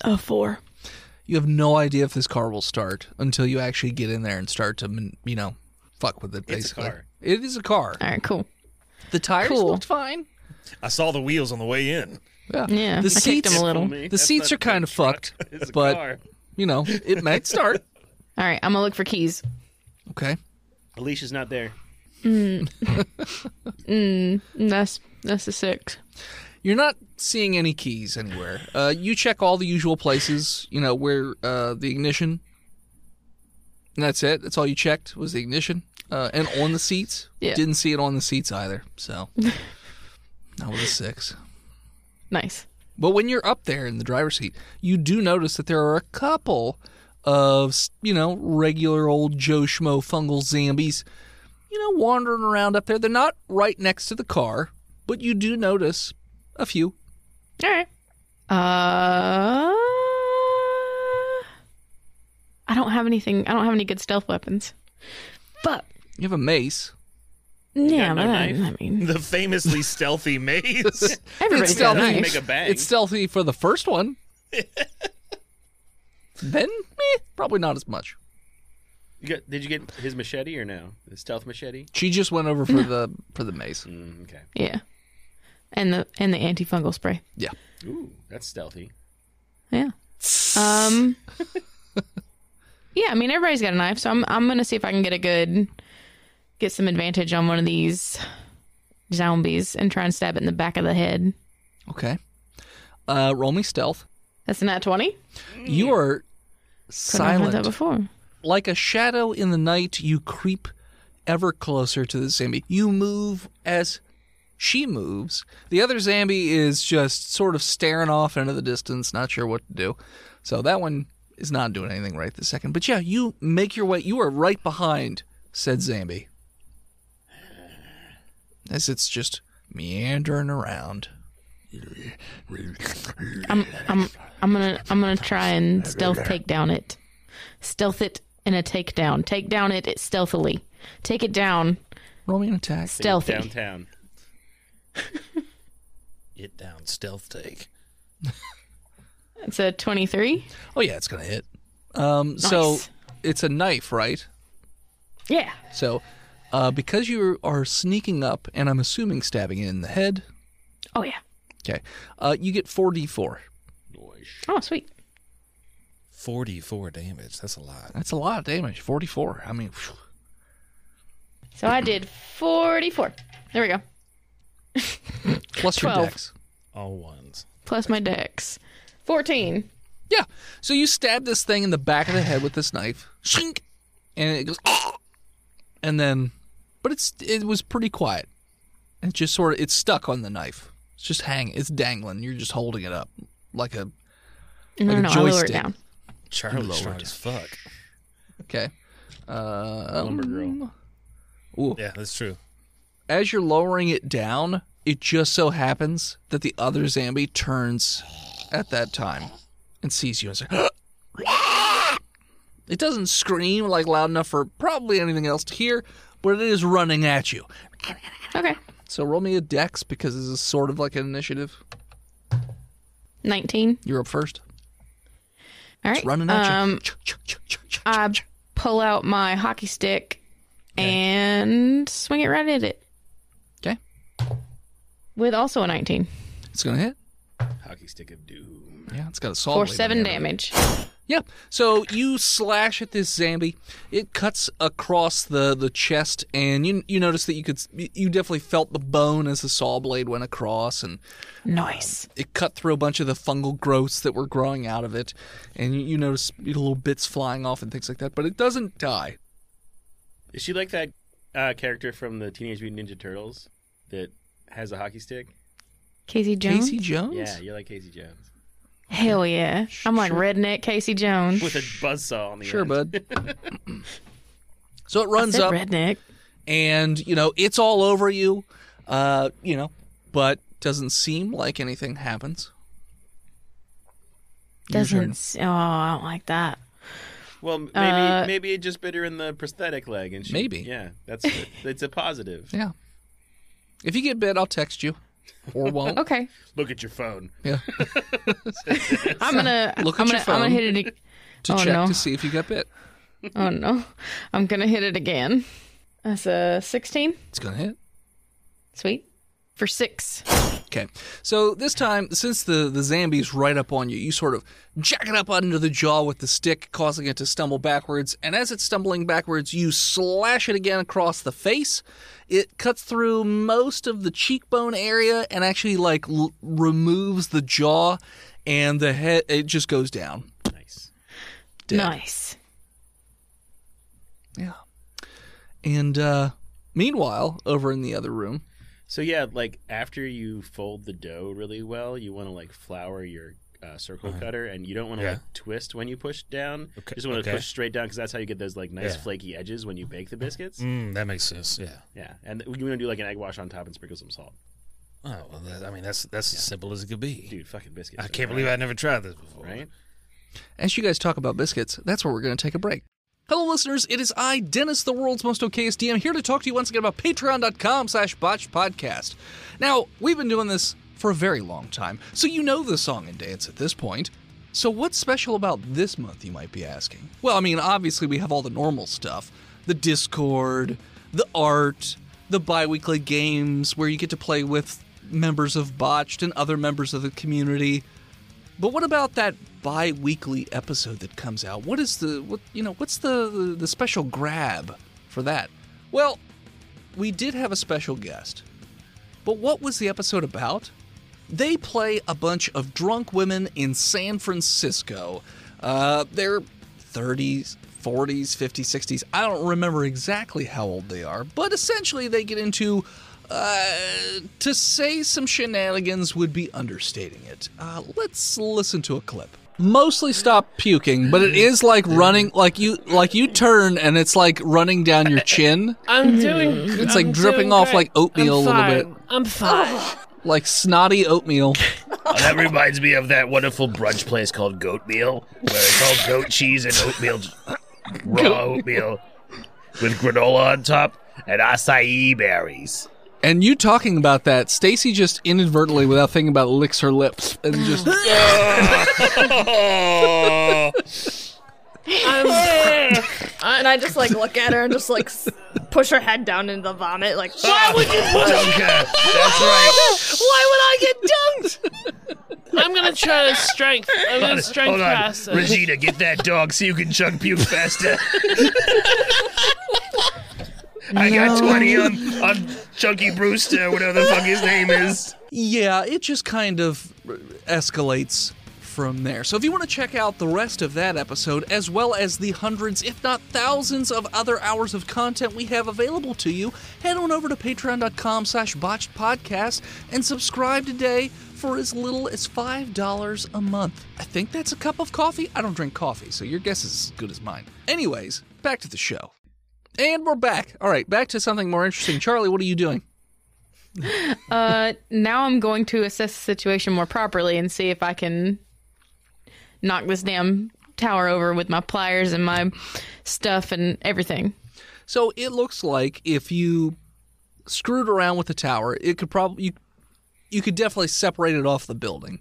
[SPEAKER 2] a four.
[SPEAKER 1] you have no idea if this car will start until you actually get in there and start to man- you know fuck with it basically
[SPEAKER 3] car.
[SPEAKER 1] it is a car
[SPEAKER 2] All right, cool.
[SPEAKER 1] the tires
[SPEAKER 2] Cool.
[SPEAKER 1] looked fine
[SPEAKER 4] I saw the wheels on the way in.
[SPEAKER 1] Yeah.
[SPEAKER 2] Yeah,
[SPEAKER 1] The
[SPEAKER 2] I kicked
[SPEAKER 1] seats,
[SPEAKER 2] him a little.
[SPEAKER 3] Homie,
[SPEAKER 1] the
[SPEAKER 3] that's
[SPEAKER 1] seats
[SPEAKER 3] not
[SPEAKER 1] are kind
[SPEAKER 3] a
[SPEAKER 1] of
[SPEAKER 3] truck.
[SPEAKER 1] fucked,
[SPEAKER 3] [LAUGHS] It's a
[SPEAKER 1] but
[SPEAKER 3] car.
[SPEAKER 1] you know it might
[SPEAKER 2] [LAUGHS]
[SPEAKER 1] start.
[SPEAKER 2] All right, I'm gonna look for keys.
[SPEAKER 1] Okay.
[SPEAKER 3] Alicia's not there.
[SPEAKER 2] That's that's a six.
[SPEAKER 1] You're not seeing any keys anywhere. Uh, you check all the usual places, you know, where uh, the ignition. And that's it. That's all you checked was the ignition. Uh, and on the seats.
[SPEAKER 2] Yeah.
[SPEAKER 1] Didn't see it on the seats either. So, not with a six.
[SPEAKER 2] Nice.
[SPEAKER 1] But when you're up there in the driver's seat, you do notice that there are a couple of, s- you know, regular old Joe Schmo fungal zombies, you know, wandering around up there. They're not right next to the car, but you do notice a few.
[SPEAKER 2] All right. Uh, I don't have anything. I don't have any good stealth weapons. But
[SPEAKER 1] You have a mace.
[SPEAKER 2] yeah,
[SPEAKER 3] no
[SPEAKER 2] but I,
[SPEAKER 3] knife?
[SPEAKER 2] I mean,
[SPEAKER 4] The famously stealthy maze.
[SPEAKER 2] everybody's
[SPEAKER 1] it's
[SPEAKER 2] got
[SPEAKER 1] stealthy.
[SPEAKER 2] a knife.
[SPEAKER 3] Make a bang.
[SPEAKER 1] It's stealthy for the first
[SPEAKER 3] [LAUGHS]
[SPEAKER 1] one. then, meh, probably not as much.
[SPEAKER 3] You got, did you get his machete or no? The stealth machete?
[SPEAKER 1] She just went over for the for the mace.
[SPEAKER 3] Mm, okay.
[SPEAKER 2] Yeah, and the and the antifungal spray.
[SPEAKER 1] Yeah.
[SPEAKER 3] Ooh, that's stealthy.
[SPEAKER 2] Yeah.
[SPEAKER 3] [LAUGHS]
[SPEAKER 2] Um. yeah, I mean everybody's got a knife, so I'm I'm gonna see if I can get a good, get some advantage on one of these zombies and try and stab it in the back of the head.
[SPEAKER 1] Okay. Uh, roll me stealth.
[SPEAKER 2] That's an at twenty.
[SPEAKER 1] You are
[SPEAKER 2] that
[SPEAKER 1] silent.
[SPEAKER 2] before.
[SPEAKER 1] Like a shadow in the night, you creep ever closer to the zombie. You move as she moves. The other zombie is just sort of staring off into the distance, not sure what to do. So that one is not doing anything right this second. But yeah, you make your way. You are right behind said zombie. As it's just meandering around.
[SPEAKER 2] I'm I'm I'm gonna I'm gonna try and stealth take down it, stealth it in a takedown. Take down it, it stealthily. Take it down
[SPEAKER 1] Roll me an attack.
[SPEAKER 2] stealthy.
[SPEAKER 3] Downtown.
[SPEAKER 4] Get down, stealth take.
[SPEAKER 2] It's a twenty three.
[SPEAKER 1] Oh yeah, it's gonna hit. Um, So
[SPEAKER 2] Nice.
[SPEAKER 1] it's a knife, right?
[SPEAKER 2] Yeah.
[SPEAKER 1] So, uh, because you are sneaking up, and I'm assuming stabbing it in the head,
[SPEAKER 2] Oh yeah.
[SPEAKER 1] okay, uh, you get 4d4.
[SPEAKER 2] Oh sweet.
[SPEAKER 4] 44 damage. That's a lot.
[SPEAKER 1] That's a lot of damage. 44. I mean, phew.
[SPEAKER 2] So I did forty four. There we go.
[SPEAKER 1] plus your
[SPEAKER 2] 12.
[SPEAKER 1] dex.
[SPEAKER 4] All ones.
[SPEAKER 2] Plus my dex. Fourteen.
[SPEAKER 1] Yeah. So you stab this thing in the back of the head with this knife, shink, and it goes, [SNIFFS] and then, but it's it was pretty quiet. It just sort of it's stuck on the knife. It's just hang. It's dangling. You're just holding it up like a
[SPEAKER 2] No,
[SPEAKER 1] Like a
[SPEAKER 2] no, no, I lower
[SPEAKER 1] joystick.
[SPEAKER 2] it down.
[SPEAKER 4] Charlie's strong as fuck.
[SPEAKER 1] okay. Uh,
[SPEAKER 3] Lumber girl.
[SPEAKER 4] Yeah, that's true.
[SPEAKER 1] as you're lowering it down, it just so happens that the other Zambi turns at that time and sees you and says, [GASPS] It doesn't scream like loud enough for probably anything else to hear, but it is running at you.
[SPEAKER 2] Okay.
[SPEAKER 1] So roll me a dex because this is sort of like an initiative.
[SPEAKER 2] Nineteen.
[SPEAKER 1] You're up first.
[SPEAKER 2] All right.
[SPEAKER 1] It's running at you.
[SPEAKER 2] um, I pull out my hockey stick and swing it right at it
[SPEAKER 1] Okay.
[SPEAKER 2] with also a nineteen.
[SPEAKER 1] It's going to hit.
[SPEAKER 3] Hockey stick of doom.
[SPEAKER 1] Yeah, it's got a solid.
[SPEAKER 2] for
[SPEAKER 1] lead on
[SPEAKER 2] seven
[SPEAKER 1] the end of it.
[SPEAKER 2] damage.
[SPEAKER 1] Yeah. So you slash at this zombie. It cuts across the, the chest, and you you notice that you could you definitely felt the bone as the saw blade went across, and
[SPEAKER 2] Nice.
[SPEAKER 1] it cut through a bunch of the fungal growths that were growing out of it, and you, you notice little bits flying off and things like that. But it doesn't die.
[SPEAKER 3] Is she like that uh, character from the Teenage Mutant Ninja Turtles that has a hockey stick?
[SPEAKER 2] Casey Jones.
[SPEAKER 1] Casey Jones.
[SPEAKER 3] Yeah, you're like Casey Jones
[SPEAKER 2] Hell yeah. I'm like redneck Casey Jones.
[SPEAKER 3] with a buzzsaw on the
[SPEAKER 1] Sure,
[SPEAKER 3] end.
[SPEAKER 1] bud. so it
[SPEAKER 2] I
[SPEAKER 1] runs
[SPEAKER 2] said
[SPEAKER 1] up.
[SPEAKER 2] redneck.
[SPEAKER 1] and you know it's all over you uh you know but doesn't seem like anything happens
[SPEAKER 2] Doesn't. s- Oh, I don't like that.
[SPEAKER 3] Well, maybe
[SPEAKER 2] Uh,
[SPEAKER 3] maybe it just bit her in the prosthetic leg, and she,
[SPEAKER 1] Maybe.
[SPEAKER 3] yeah, that's [LAUGHS] it's a positive.
[SPEAKER 1] yeah if you get bit i'll text you
[SPEAKER 2] [LAUGHS]
[SPEAKER 1] or won't
[SPEAKER 2] Okay.
[SPEAKER 3] Look at your phone.
[SPEAKER 1] yeah
[SPEAKER 2] I'm gonna.
[SPEAKER 1] Look
[SPEAKER 2] I'm
[SPEAKER 1] at your
[SPEAKER 2] gonna. I'm gonna
[SPEAKER 1] phone.
[SPEAKER 2] hit it.
[SPEAKER 1] to
[SPEAKER 2] Oh,
[SPEAKER 1] check
[SPEAKER 2] no.
[SPEAKER 1] to see if you got bit
[SPEAKER 2] ag- Oh no. I'm gonna hit it again. That's a 16.
[SPEAKER 1] it's gonna hit
[SPEAKER 2] Sweet. For six.
[SPEAKER 1] Okay. So this time, since the, the Zambi's right up on you, you sort of jack it up under the jaw with the stick, causing it to stumble backwards. And as it's stumbling backwards, you slash it again across the face. It cuts through most of the cheekbone area and actually, like, l- removes the jaw, and the head, it just goes down.
[SPEAKER 3] Nice.
[SPEAKER 1] Dead.
[SPEAKER 2] Nice.
[SPEAKER 1] Yeah. And uh, meanwhile, over in the other room,
[SPEAKER 3] So yeah, like after you fold the dough really well, you want to like flour your uh, circle cutter, and you don't want to
[SPEAKER 4] Yeah.
[SPEAKER 3] like twist when you push down.
[SPEAKER 4] Uh-huh. Okay,
[SPEAKER 3] You just want to
[SPEAKER 4] okay.
[SPEAKER 3] push straight down because that's how you get those like nice
[SPEAKER 4] Yeah.
[SPEAKER 3] flaky edges when you bake the biscuits.
[SPEAKER 4] Mm, that makes sense. Yeah.
[SPEAKER 3] Yeah, and you want to do like an egg wash on top and sprinkle some salt.
[SPEAKER 4] Oh, well, that, I mean, that's that's as simple as it could be.
[SPEAKER 3] Dude, fucking biscuits.
[SPEAKER 4] I can't believe I never tried this before.
[SPEAKER 3] Right?
[SPEAKER 1] As you guys talk about biscuits, that's where we're going to take a break. Hello, listeners. It is I, Dennis, the world's most okayest DM, here to talk to you once again about patreon.com slash botched podcast. Now, we've been doing this for a very long time, so you know the song and dance at this point. So what's special about this month, you might be asking? Well, I mean, obviously we have all the normal stuff. The Discord, the art, the bi-weekly games where you get to play with members of Botched and other members of the community. But what about that bi-weekly episode that comes out? What is the what you know, what's the the, the special grab for that? Well, we did have a special guest. But what was the episode about? They play a bunch of drunk women in San Francisco. Uh, they're 30s, 40s, 50s, 60s. I don't remember exactly how old they are, but essentially they get into. Uh, to say some shenanigans would be understating it. Uh, let's listen to a clip. Mostly stop puking, but it is like running, like you, like you turn and it's like running down your chin.
[SPEAKER 5] I'm doing.
[SPEAKER 1] Mm-hmm. It's like dripping off like oatmeal a little bit.
[SPEAKER 5] I'm fine.
[SPEAKER 1] [LAUGHS] like snotty oatmeal.
[SPEAKER 6] that reminds me of that wonderful brunch place called Goat Meal, where it's all goat cheese and oatmeal, raw oatmeal, with granola on top and acai berries.
[SPEAKER 1] And you talking about that, Stacy just inadvertently, without thinking about, it, licks her lips and
[SPEAKER 5] [LAUGHS]
[SPEAKER 1] just.
[SPEAKER 4] Oh,
[SPEAKER 5] I'm, [LAUGHS] and I just like look at her and just like s- push her head down into the vomit.
[SPEAKER 1] Oh,
[SPEAKER 5] Like, why would you?
[SPEAKER 6] Dunker, that's right.
[SPEAKER 5] Why would I get dunked?
[SPEAKER 7] I'm gonna try to strength. I'm gonna strength
[SPEAKER 6] Hold on,
[SPEAKER 7] pass. it.
[SPEAKER 6] Regina, get that dog so you can chug puke faster. I got twenty on on Chunky Brewster, whatever the fuck his name is.
[SPEAKER 1] yeah, it just kind of escalates from there. So if you want to check out the rest of that episode, as well as the hundreds, if not thousands, of other hours of content we have available to you, head on over to patreon.com slash botched podcast and subscribe today for as little as $5 a month. I think that's a cup of coffee. I don't drink coffee, so your guess is as good as mine. Anyways, back to the show. And we're back. All right, back to something more interesting. Charlie, what are you doing?
[SPEAKER 2] Uh, now I'm going to assess the situation more properly and see if I can knock this damn tower over with my pliers and my stuff and everything.
[SPEAKER 1] So it looks like if you screwed around with the tower, it could probably you, you could definitely separate it off the building.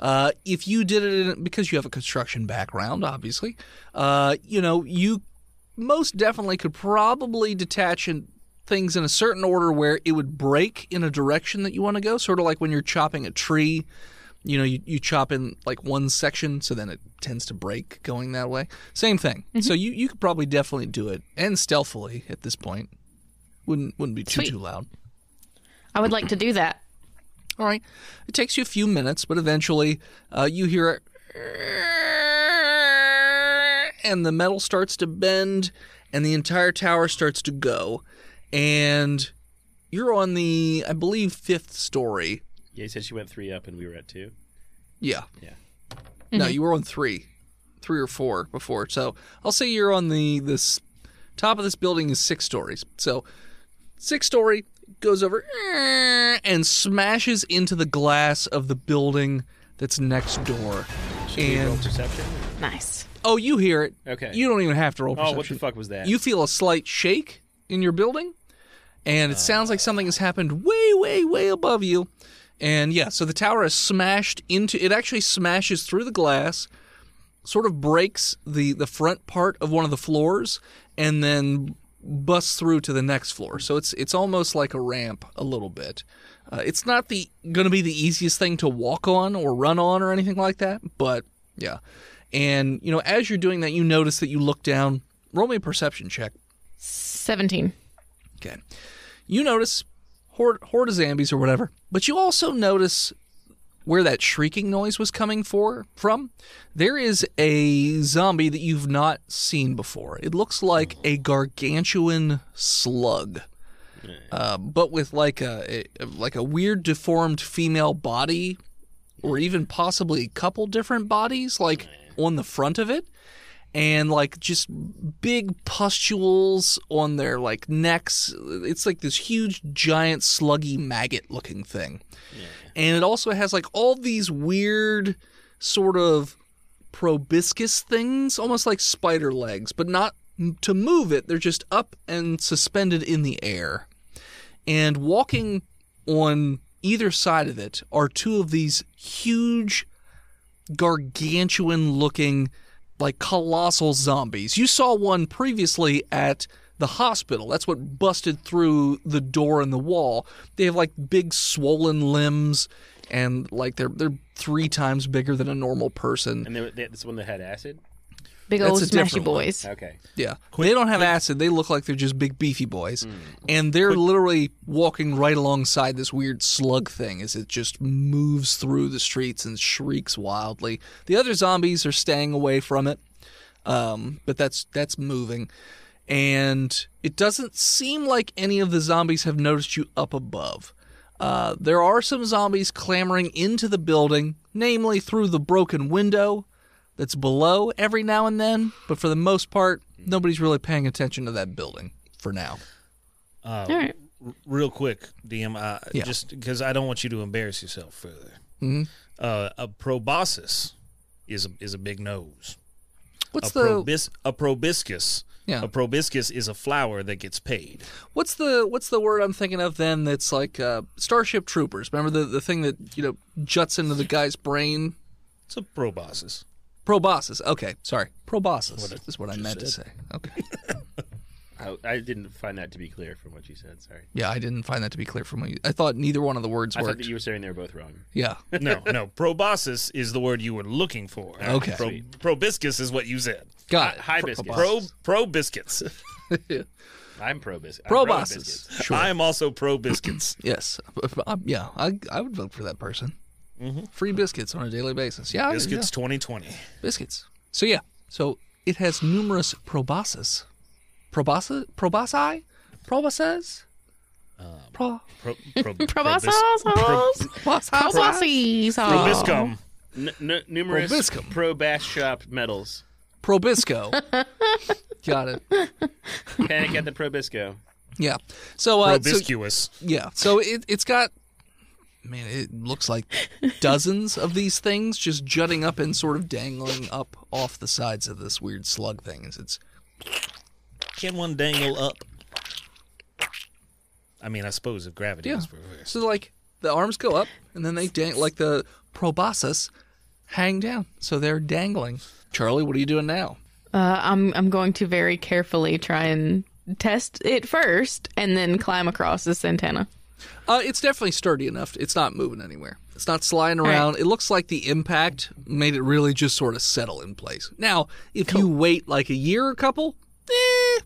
[SPEAKER 1] Uh, if you did it in, because you have a construction background, obviously, uh, you know you most definitely could probably detach and things in a certain order where it would break in a direction that you want to go, sort of like when you're chopping a tree. You know, you, you chop in like one section, so then it tends to break going that way. Same thing. So you, you could probably definitely do it and stealthily at this point. Wouldn't wouldn't be too
[SPEAKER 2] Sweet.
[SPEAKER 1] too loud.
[SPEAKER 2] I would like to do that.
[SPEAKER 1] All right. It takes you a few minutes, but eventually uh, you hear it. And the metal starts to bend, and the entire tower starts to go. And you're on the, I believe, fifth story.
[SPEAKER 3] Yeah, you said she went three up and we were at two.
[SPEAKER 1] Yeah.
[SPEAKER 3] Yeah.
[SPEAKER 1] No, you were on three, three or four before. So I'll say you're on the this top of this building is six stories. So six story goes over eh, and smashes into the glass of the building that's next door.
[SPEAKER 3] Roll
[SPEAKER 1] And
[SPEAKER 3] perception.
[SPEAKER 2] Nice.
[SPEAKER 1] oh, you hear it.
[SPEAKER 3] Okay.
[SPEAKER 1] You don't even have to roll.
[SPEAKER 3] Oh,
[SPEAKER 1] Perception.
[SPEAKER 3] what the fuck was that?
[SPEAKER 1] You feel a slight shake in your building, and it sounds like something has happened way, way, way above you. And yeah, so the tower is smashed into it, actually smashes through the glass, sort of breaks the, the front part of one of the floors, and then busts through to the next floor. So it's it's almost like a ramp a little bit. Uh, it's not the going to be the easiest thing to walk on or run on or anything like that, but yeah. And you know, as you're doing that, you notice that you look down. Roll me a perception check.
[SPEAKER 2] 17.
[SPEAKER 1] Okay. You notice hor- Hordazambes or whatever, but you also notice where that shrieking noise was coming for from. There is a zombie that you've not seen before. It looks like a gargantuan slug. Uh, but with like a, a like a weird deformed female body or even possibly a couple different bodies like on the front of it and like just big pustules on their like necks. It's like this huge, giant, sluggy maggot looking thing. And it also has like all these weird sort of proboscis things, almost like spider legs, but not m- to move it. They're just up and suspended in the air. And walking on either side of it are two of these huge, gargantuan looking like colossal zombies. You saw one previously at the hospital. That's what busted through the door in the wall. They have like big swollen limbs and like they're they're three times bigger than a normal person.
[SPEAKER 3] And they, were- they, this one that had acid.
[SPEAKER 2] Big
[SPEAKER 1] That's
[SPEAKER 2] old
[SPEAKER 1] a
[SPEAKER 2] smashy
[SPEAKER 1] different one.
[SPEAKER 2] boys.
[SPEAKER 3] Okay.
[SPEAKER 1] Yeah. they don't have acid. They look like they're just big beefy boys. And they're literally walking right alongside this weird slug thing as it just moves through the streets and shrieks wildly. The other zombies are staying away from it. Um, but that's that's moving. And it doesn't seem like any of the zombies have noticed you up above. Uh, there are some zombies clamoring into the building, namely through the broken window that's below every now and then, but for the most part, nobody's really paying attention to that building for now.
[SPEAKER 2] All right.
[SPEAKER 4] r- real quick, DM, uh,
[SPEAKER 1] Yeah. Mm-hmm.
[SPEAKER 4] just because I don't want you to embarrass yourself further. Uh, a proboscis is a, is a big nose. A,
[SPEAKER 1] What's the
[SPEAKER 4] probis- a proboscis.
[SPEAKER 1] Yeah.
[SPEAKER 4] A proboscis is a flower that gets paid.
[SPEAKER 1] what's the what's the word I'm thinking of then that's like uh, Starship Troopers? Remember the the thing that you know juts into the guy's brain?
[SPEAKER 4] It's a proboscis.
[SPEAKER 1] Proboscis. Okay, sorry, proboscis is what I meant to say. Okay, [LAUGHS]
[SPEAKER 3] I, I didn't find that to be clear from what you said. Sorry.
[SPEAKER 1] yeah, I didn't find that to be clear from you. I thought neither one of the words
[SPEAKER 3] I thought
[SPEAKER 1] worked.
[SPEAKER 3] that you were saying they were both wrong.
[SPEAKER 1] Yeah,
[SPEAKER 4] No, no. Proboscis is the word you were looking for.
[SPEAKER 1] Okay.
[SPEAKER 4] Pro- proboscis is what you said.
[SPEAKER 1] got it.
[SPEAKER 3] hibiscus.
[SPEAKER 4] Pro
[SPEAKER 1] Proboscis.
[SPEAKER 4] pro biscuits.
[SPEAKER 3] I'm pro bis. I'm
[SPEAKER 1] [LAUGHS]
[SPEAKER 3] pro
[SPEAKER 1] Proboscis.
[SPEAKER 3] biscuits.
[SPEAKER 1] Sure.
[SPEAKER 4] I am also pro biscuits.
[SPEAKER 1] Yes. Um, yeah, I, I would vote for that person. Free biscuits on a daily basis. Yeah, I-
[SPEAKER 4] biscuits 2020.
[SPEAKER 1] yeah, biscuits. So yeah, so it has numerous proboscis, proboscis, probosci, probosces, pro,
[SPEAKER 4] Pro, pro,
[SPEAKER 2] Proboscis. Uh,
[SPEAKER 1] proboscis,
[SPEAKER 2] Proboscis.
[SPEAKER 4] Probiscum.
[SPEAKER 3] N- n- numerous
[SPEAKER 1] Probiscum.
[SPEAKER 3] pro bass shop medals.
[SPEAKER 1] probisco. Got it.
[SPEAKER 3] Panic at the probisco.
[SPEAKER 1] Yeah. So uh, so-
[SPEAKER 4] Probiscuous.
[SPEAKER 1] Yeah. So it, it's got, man, it looks like dozens of these things just jutting up and sort of dangling up off the sides of this weird slug thing. As it's
[SPEAKER 4] Can one dangle up? I mean, I suppose if gravity
[SPEAKER 1] yeah.
[SPEAKER 4] is reversed.
[SPEAKER 1] So like the arms go up and then they dang like the proboscis hang down, so they're dangling. Charlie, what are you doing now?
[SPEAKER 2] Uh, I'm I'm going to very carefully try and test it first, and then climb across this antenna.
[SPEAKER 1] Uh, it's definitely sturdy enough. It's not moving anywhere. It's not sliding around. It looks like the impact made it really just sort of settle in place. Now, if you wait like a year or a couple, eh,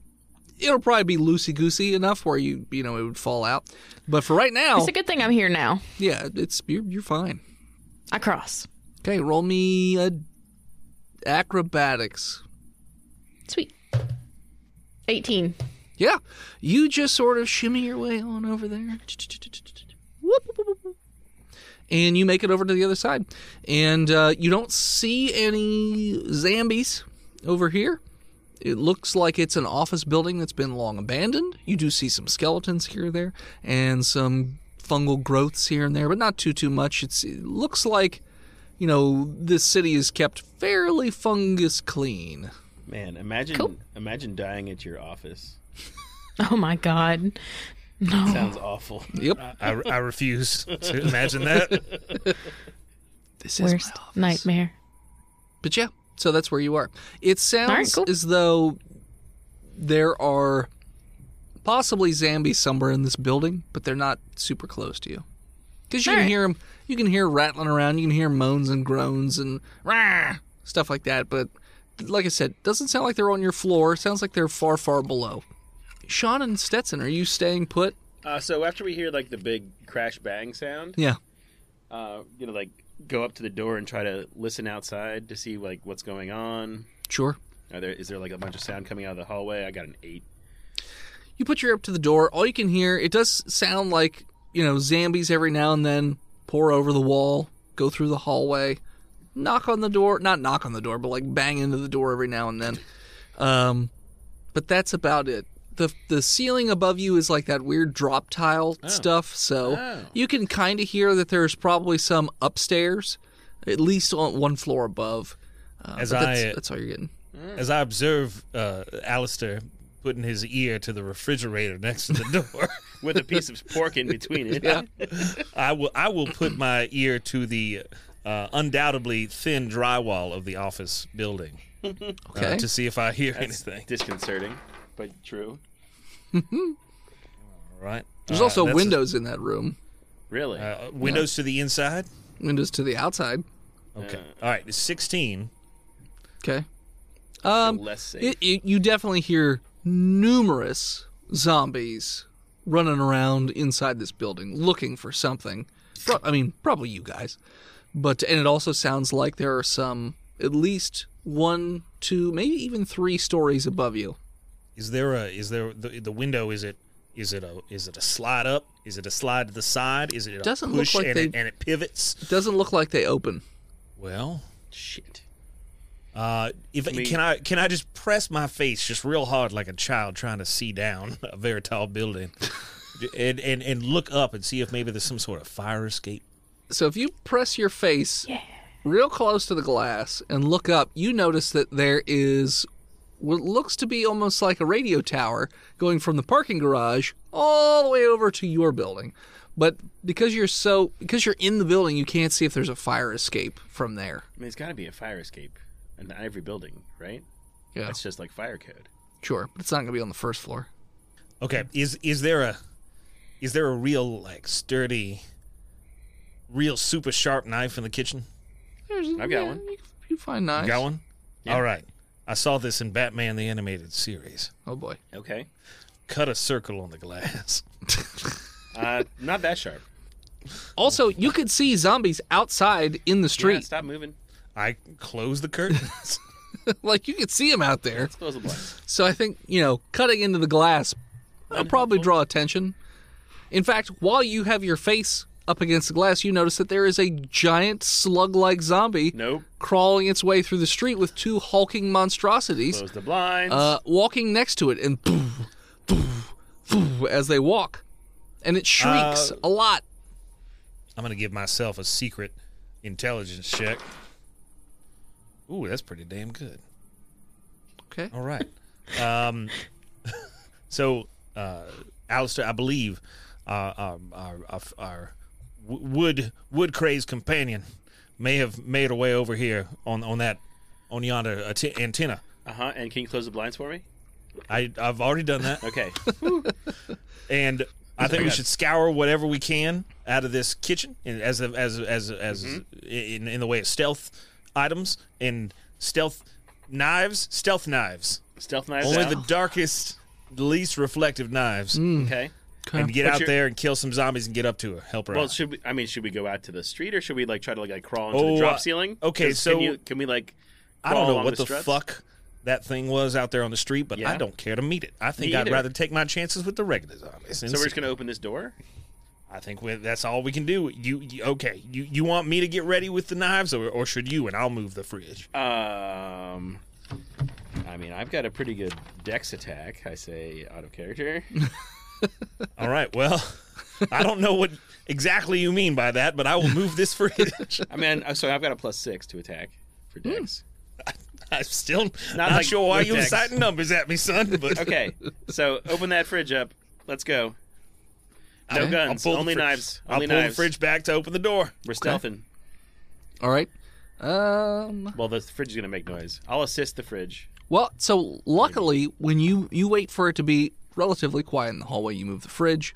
[SPEAKER 1] it'll probably be loosey goosey enough where you you know it would fall out. But for right now,
[SPEAKER 2] It's a good thing I'm here now.
[SPEAKER 1] yeah, it's you're, you're fine.
[SPEAKER 2] I cross.
[SPEAKER 1] Okay, roll me a acrobatics.
[SPEAKER 2] Sweet. 18.
[SPEAKER 1] Yeah, you just sort of shimmy your way on over there. Whoop, whoop, whoop, whoop. And you make it over to the other side. And uh, you don't see any zombies over here. It looks like it's an office building that's been long abandoned. You do see some skeletons here and there and some fungal growths here and there, but not too, too much. It's, it looks like, you know, this city is kept fairly fungus clean.
[SPEAKER 3] Man, imagine
[SPEAKER 2] Cool.
[SPEAKER 3] imagine dying at your office.
[SPEAKER 2] Oh my god.
[SPEAKER 3] Sounds awful.
[SPEAKER 1] Yep.
[SPEAKER 4] I, I refuse to
[SPEAKER 1] [LAUGHS]
[SPEAKER 4] imagine that.
[SPEAKER 1] This is
[SPEAKER 2] Worst nightmare.
[SPEAKER 1] But yeah, so that's where you are. It sounds
[SPEAKER 2] cool.
[SPEAKER 1] as though there are possibly zombies somewhere in this building, but they're not super close to you. Because you can hear 'em hear them, you can hear rattling around, you can hear moans and groans and rah, stuff like that. But like I said, doesn't sound like they're on your floor. Sounds like they're far, far below. Sean and Stetson, are you staying put?
[SPEAKER 3] Uh, so after we hear like the big crash bang sound,
[SPEAKER 1] Yeah.
[SPEAKER 3] uh, you know, like go up to the door and try to listen outside to see like what's going on.
[SPEAKER 1] Sure.
[SPEAKER 3] Are there is there like a bunch of sound coming out of the hallway? I got an eight.
[SPEAKER 1] You put your ear up to the door. All you can hear, it does sound like, you know, zombies every now and then pour over the wall, go through the hallway, knock on the door. Not knock on the door, but like bang into the door every now and then. Um, but that's about it. The, the ceiling above you is like that weird drop tile
[SPEAKER 4] Oh.
[SPEAKER 1] stuff, so you can kind of hear that there's probably some upstairs, at least on one floor above. Uh,
[SPEAKER 4] As
[SPEAKER 1] but that's,
[SPEAKER 4] I- Uh,
[SPEAKER 1] that's all you're getting.
[SPEAKER 4] As I observe uh, Alistair putting his ear to the refrigerator next to the door,
[SPEAKER 3] with a piece of pork in between it.
[SPEAKER 4] I will I will put my ear to the uh, undoubtedly thin drywall of the office building uh,
[SPEAKER 1] Okay.
[SPEAKER 4] to see if I hear anything.
[SPEAKER 3] Disconcerting, but true.
[SPEAKER 4] All right.
[SPEAKER 1] There's
[SPEAKER 4] Uh,
[SPEAKER 1] also
[SPEAKER 4] that's-
[SPEAKER 1] windows in that room,
[SPEAKER 3] Really?
[SPEAKER 4] uh, windows to the inside.
[SPEAKER 1] windows to the outside.
[SPEAKER 4] Okay. All right. It's sixteen.
[SPEAKER 1] Okay.
[SPEAKER 3] Less safe.
[SPEAKER 1] It, it, you definitely hear numerous zombies running around inside this building looking for something. Pro- I mean, probably you guys. But and it also sounds like there are some at least one, two, maybe even three stories above you.
[SPEAKER 4] Is there a is there the, the window? Is it is it a is it a slide up? Is it a slide to the side? Is it a
[SPEAKER 1] Doesn't look
[SPEAKER 4] push
[SPEAKER 1] like
[SPEAKER 4] and, it,
[SPEAKER 1] they-
[SPEAKER 4] and it pivots?
[SPEAKER 1] It doesn't look like they open.
[SPEAKER 4] Well,
[SPEAKER 3] Shit.
[SPEAKER 4] uh, if can I can I just press my face just real hard like a child trying to see down [LAUGHS] a very tall building, [LAUGHS] and, and and look up and see if maybe there's some sort of fire escape.
[SPEAKER 1] So if you press your face real close to the glass and look up, you notice that there is what looks to be almost like a radio tower going from the parking garage all the way over to your building. But because you're so because you're in the building, you can't see if there's a fire escape from there.
[SPEAKER 3] I mean, it's got to be a fire escape in every building, right?
[SPEAKER 1] Yeah,
[SPEAKER 3] That's just like fire code.
[SPEAKER 1] sure, but it's not going to be on the first floor.
[SPEAKER 4] Okay, is is there a is there a real like sturdy, real super sharp knife in the kitchen?
[SPEAKER 1] There's,
[SPEAKER 3] I've got one.
[SPEAKER 1] You, you find knives.
[SPEAKER 4] You got one? All right. I saw this in Batman the Animated Series.
[SPEAKER 1] Oh boy.
[SPEAKER 3] Okay.
[SPEAKER 4] Cut a circle on the glass. [LAUGHS]
[SPEAKER 3] Uh, not
[SPEAKER 1] [LAUGHS]
[SPEAKER 3] that sharp.
[SPEAKER 1] Also, you could see zombies outside in the
[SPEAKER 3] Yeah,
[SPEAKER 1] street.
[SPEAKER 3] stop moving.
[SPEAKER 4] I close the curtains.
[SPEAKER 1] [LAUGHS] like you could see them out there.
[SPEAKER 3] Close the blinds.
[SPEAKER 1] So I think, you know, cutting into the glass will probably draw attention. In fact, while you have your face up against the glass, you notice that there is a giant slug like zombie
[SPEAKER 3] Nope.
[SPEAKER 1] crawling its way through the street with two hulking monstrosities
[SPEAKER 3] Close the blinds.
[SPEAKER 1] uh, walking next to it and boom, boom, boom, as they walk. And it
[SPEAKER 3] Uh,
[SPEAKER 1] shrieks a lot.
[SPEAKER 4] I'm going to give myself a secret intelligence check. Ooh, that's pretty damn good.
[SPEAKER 1] Okay.
[SPEAKER 4] All right. Um, [LAUGHS] so, uh, Alistair, I believe uh, um, our, our, our w- wood wood craze companion may have made a way over here on, on that on yonder ante- antenna.
[SPEAKER 3] Uh huh. And can you close the blinds for me?
[SPEAKER 4] I, I've already done that.
[SPEAKER 1] [LAUGHS]
[SPEAKER 3] Okay.
[SPEAKER 4] and I think we should scour whatever we can out of this kitchen, and as a, as a- as a- as
[SPEAKER 3] Mm-hmm.
[SPEAKER 4] a- in in the way of stealth items and stealth knives, stealth knives.
[SPEAKER 3] Stealth knives
[SPEAKER 4] Only
[SPEAKER 3] out. [LAUGHS]
[SPEAKER 4] the darkest, least reflective knives,
[SPEAKER 3] Mm, okay.
[SPEAKER 4] and get
[SPEAKER 3] But
[SPEAKER 4] out
[SPEAKER 3] you're-
[SPEAKER 4] there and kill some zombies and get up to her, help her
[SPEAKER 3] Well,
[SPEAKER 4] out.
[SPEAKER 3] should we? I mean, should we go out to the street or should we like try to like, like crawl into
[SPEAKER 4] Oh,
[SPEAKER 3] the drop
[SPEAKER 4] uh,
[SPEAKER 3] ceiling?
[SPEAKER 4] okay,
[SPEAKER 3] 'Cause
[SPEAKER 4] so-
[SPEAKER 3] can, you, can we like?
[SPEAKER 4] I don't
[SPEAKER 3] crawl
[SPEAKER 4] know
[SPEAKER 3] on
[SPEAKER 4] what the,
[SPEAKER 3] struts?
[SPEAKER 4] fuck that thing was out there on the street, but I
[SPEAKER 3] Yeah.
[SPEAKER 4] don't care to meet it. I think
[SPEAKER 3] Me
[SPEAKER 4] I'd
[SPEAKER 3] either.
[SPEAKER 4] rather take my chances with the regular zombies.
[SPEAKER 3] So we're just gonna open this door.
[SPEAKER 4] I think we, that's all we can do. You, you okay? You you want me to get ready with the knives, or, or should you? And I'll move the fridge.
[SPEAKER 3] Uh, Um, I mean, I've got a pretty good dex attack. I say out of character. [LAUGHS]
[SPEAKER 4] All right. Well, [LAUGHS] I don't know what exactly you mean by that, but I will move this [LAUGHS] fridge.
[SPEAKER 3] I mean, uh, so I've got a plus six to attack for
[SPEAKER 1] Hmm.
[SPEAKER 3] dex.
[SPEAKER 4] I'm still not,
[SPEAKER 3] like
[SPEAKER 4] sure why
[SPEAKER 3] with
[SPEAKER 4] you're
[SPEAKER 3] Dex.
[SPEAKER 4] citing numbers at me, son. But
[SPEAKER 3] Okay, so open that fridge up. Let's go. No
[SPEAKER 1] Okay.
[SPEAKER 4] I'll
[SPEAKER 3] guns,
[SPEAKER 4] pull the
[SPEAKER 3] only
[SPEAKER 4] fridge-
[SPEAKER 3] knives.
[SPEAKER 4] I'll
[SPEAKER 3] Only
[SPEAKER 4] pull
[SPEAKER 3] knives.
[SPEAKER 4] the fridge back to open the door.
[SPEAKER 3] We're stealthing.
[SPEAKER 1] All right. Um,
[SPEAKER 3] Well, the fridge is gonna make noise. I'll assist the fridge.
[SPEAKER 1] Well, so luckily, when you you wait for it to be relatively quiet in the hallway. You move the fridge.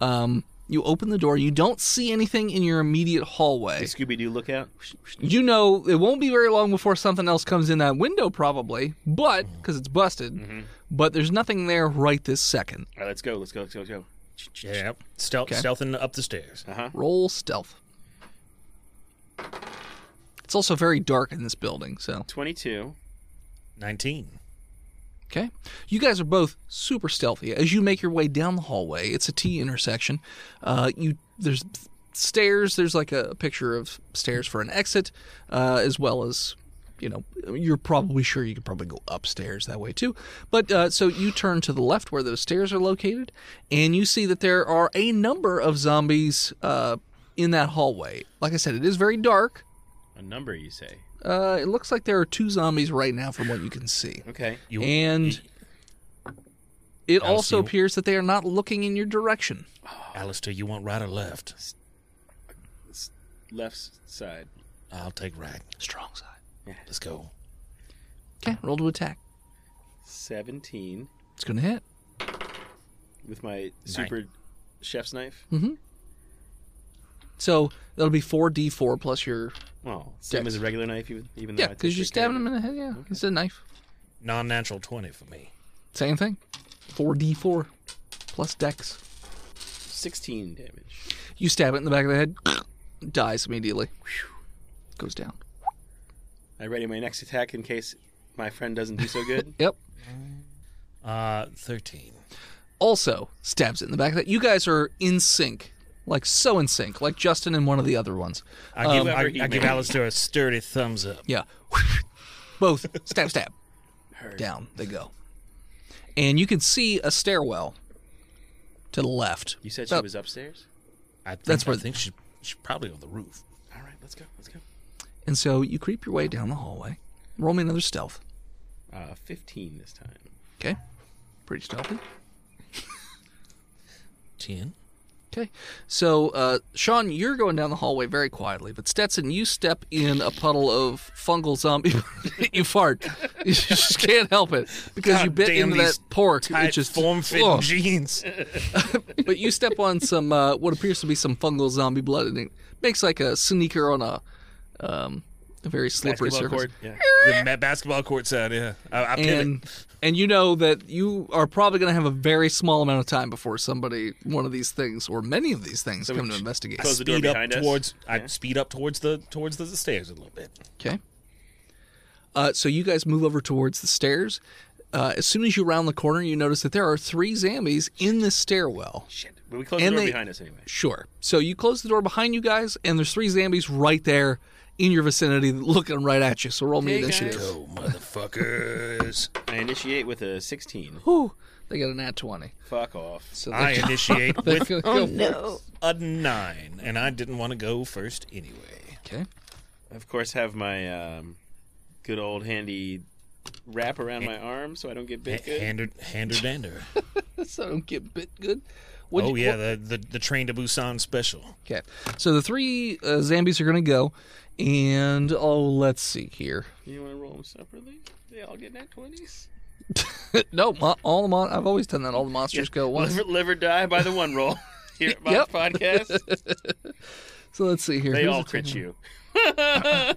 [SPEAKER 1] Um, you open the door. You don't see anything in your immediate hallway.
[SPEAKER 3] Scooby Doo lookout.
[SPEAKER 1] You know it won't be very long before something else comes in that window, probably, but because it's busted. But there's nothing there right this second.
[SPEAKER 3] All right, let's go. Let's go. Let's go. Let's go.
[SPEAKER 4] Yeah, stealth, stealthing up the stairs.
[SPEAKER 3] Uh-huh.
[SPEAKER 1] Roll stealth. It's also very dark in this building, so
[SPEAKER 3] Twenty-two.
[SPEAKER 4] Nineteen.
[SPEAKER 1] Okay. You guys are both super stealthy. As you make your way down the hallway, it's a T intersection. Uh, you there's stairs. There's like a picture of stairs for an exit, uh, as well as you know you're probably sure you could probably go upstairs that way too. But uh, so you turn to the left where those stairs are located, and you see that there are a number of zombies uh, in that hallway. Like I said, it is very dark.
[SPEAKER 3] A number you say.
[SPEAKER 1] Uh, it looks like there are two zombies right now from what you can see
[SPEAKER 3] Okay.
[SPEAKER 4] You
[SPEAKER 1] and it also
[SPEAKER 4] you-
[SPEAKER 1] appears that they are not looking in your direction.
[SPEAKER 4] Alistair, you want right or left?
[SPEAKER 3] Left s- side.
[SPEAKER 4] I'll take right.
[SPEAKER 1] Strong side.
[SPEAKER 4] Let's go.
[SPEAKER 1] Okay, roll to attack.
[SPEAKER 3] Seventeen
[SPEAKER 1] It's gonna hit.
[SPEAKER 3] with my super chef's knife.
[SPEAKER 1] Hmm. So that'll be four d4 plus your
[SPEAKER 3] Oh, same
[SPEAKER 1] Dex.
[SPEAKER 3] as a regular knife, even even
[SPEAKER 1] yeah,
[SPEAKER 3] though I
[SPEAKER 1] because
[SPEAKER 3] take
[SPEAKER 1] you're
[SPEAKER 3] good care of
[SPEAKER 1] stabbing him
[SPEAKER 3] it.
[SPEAKER 1] in the head. Yeah, it's a knife.
[SPEAKER 4] Non-natural twenty for me.
[SPEAKER 1] Same thing. Four d4 plus dex.
[SPEAKER 3] Sixteen damage.
[SPEAKER 1] You stab it in the back of the head. [CLEARS THROAT] dies immediately. Goes down.
[SPEAKER 3] I ready my next attack in case my friend doesn't do so
[SPEAKER 1] [LAUGHS]
[SPEAKER 3] good.
[SPEAKER 1] Yep.
[SPEAKER 4] Uh, thirteen.
[SPEAKER 1] Also stabs it in the back of the head. You guys are in sync, like so in sync, like Justin and one of the other ones.
[SPEAKER 4] I give,
[SPEAKER 3] Um, Whoever he
[SPEAKER 4] I, I give
[SPEAKER 3] may be.
[SPEAKER 4] Alistair a sturdy thumbs up.
[SPEAKER 1] Yeah. Both stab, stab. Down they go. And you can see a stairwell to the left.
[SPEAKER 3] you said she
[SPEAKER 1] About-
[SPEAKER 3] was upstairs.
[SPEAKER 4] I think,
[SPEAKER 1] That's where-
[SPEAKER 4] I think she, she's probably on the roof.
[SPEAKER 3] All right, let's go. Let's go.
[SPEAKER 1] And so you creep your way down the hallway. Roll me another stealth.
[SPEAKER 3] Uh, Fifteen this time.
[SPEAKER 1] Okay. Pretty stealthy.
[SPEAKER 4] Ten.
[SPEAKER 1] Okay. So, uh, Sean, you're going down the hallway very quietly, but Stetson, you step in a puddle of fungal zombie. [LAUGHS] you fart. You just can't help it because you
[SPEAKER 4] God
[SPEAKER 1] bit
[SPEAKER 4] damn
[SPEAKER 1] into
[SPEAKER 4] these
[SPEAKER 1] that pork. It
[SPEAKER 4] Tight,
[SPEAKER 1] just
[SPEAKER 4] form-fitting
[SPEAKER 1] Ugh.
[SPEAKER 3] [LAUGHS]
[SPEAKER 4] jeans.
[SPEAKER 1] but you step on some uh, what appears to be some fungal zombie blood, and it makes like a sneaker on a um, a very slippery
[SPEAKER 3] Basketball
[SPEAKER 1] surface.
[SPEAKER 3] court. Yeah.
[SPEAKER 4] the ma- basketball court side. Yeah, I, I pivot.
[SPEAKER 1] And and you know that you are probably going to have a very small amount of time before somebody, one of these things, or many of these things, come to investigate.
[SPEAKER 3] close the door
[SPEAKER 4] speed up
[SPEAKER 3] behind us.
[SPEAKER 4] towards. I speed up towards the towards the stairs a little bit.
[SPEAKER 1] Okay. Uh, so you guys move over towards the stairs. Uh, as soon as you round the corner, you notice that there are three zombies in this stairwell.
[SPEAKER 3] Shit. But we closed
[SPEAKER 1] And
[SPEAKER 3] the door
[SPEAKER 1] they-
[SPEAKER 3] behind us anyway.
[SPEAKER 1] Sure. So you close the door behind you guys, and there's three zombies right there in your vicinity looking right at you. So roll me
[SPEAKER 3] Hey,
[SPEAKER 1] initiative.
[SPEAKER 3] guys.
[SPEAKER 4] Oh motherfuckers!
[SPEAKER 3] I initiate with a sixteen.
[SPEAKER 1] Whew, they got a nat 20.
[SPEAKER 3] Fuck off.
[SPEAKER 1] So
[SPEAKER 4] [LAUGHS] I
[SPEAKER 1] they,
[SPEAKER 4] initiate
[SPEAKER 1] [LAUGHS] they
[SPEAKER 4] with
[SPEAKER 1] go,
[SPEAKER 2] Oh
[SPEAKER 1] go-
[SPEAKER 2] no.
[SPEAKER 4] a nine, and I didn't want to go first anyway.
[SPEAKER 1] [LAUGHS] Okay. [LAUGHS]
[SPEAKER 3] Of course, have my um, good old handy wrap around my arm so I don't get bit.
[SPEAKER 4] H-
[SPEAKER 3] Good.
[SPEAKER 4] Hander, hander,
[SPEAKER 1] [LAUGHS]
[SPEAKER 4] dander.
[SPEAKER 1] So don't get bit good. What'd
[SPEAKER 4] oh
[SPEAKER 1] you-
[SPEAKER 4] yeah, the, the the train to Busan special.
[SPEAKER 1] Okay. So the three uh, zombies are going to go, and oh, let's see here.
[SPEAKER 3] You want to roll them separately? They all get nat twenties.
[SPEAKER 1] no, mo- all the mon- I've always done that. All the monsters go at
[SPEAKER 3] [LAUGHS]
[SPEAKER 1] once.
[SPEAKER 3] Live, live or die by the
[SPEAKER 1] [LAUGHS]
[SPEAKER 3] one roll. [LAUGHS] Here at my
[SPEAKER 1] Yep.
[SPEAKER 3] podcast,
[SPEAKER 1] [LAUGHS] So let's see here.
[SPEAKER 3] they
[SPEAKER 1] Who's
[SPEAKER 3] all
[SPEAKER 1] the team?
[SPEAKER 3] crit you.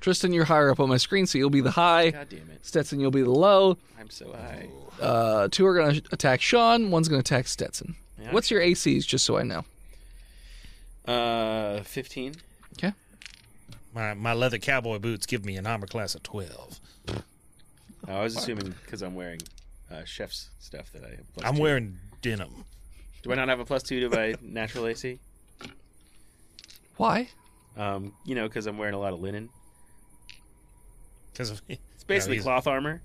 [SPEAKER 1] Tristan, you're higher up on my screen, so you'll be the high.
[SPEAKER 3] God damn it!
[SPEAKER 1] Stetson, you'll be the low.
[SPEAKER 3] I'm so high.
[SPEAKER 1] Uh, two are going to attack Sean. One's going to attack Stetson. What's your ACs, just so I know?
[SPEAKER 3] Uh, fifteen.
[SPEAKER 1] Okay.
[SPEAKER 4] My my leather cowboy boots give me an armor class of twelve.
[SPEAKER 3] I was assuming because I'm wearing uh, chef's stuff that I. Have plus
[SPEAKER 4] I'm
[SPEAKER 3] two.
[SPEAKER 4] wearing denim.
[SPEAKER 3] Do I not have a plus two to my [LAUGHS] natural AC?
[SPEAKER 1] Why?
[SPEAKER 3] Um, you know, because I'm wearing a lot of linen.
[SPEAKER 4] Because of
[SPEAKER 3] It's basically
[SPEAKER 4] he's,
[SPEAKER 3] cloth armor.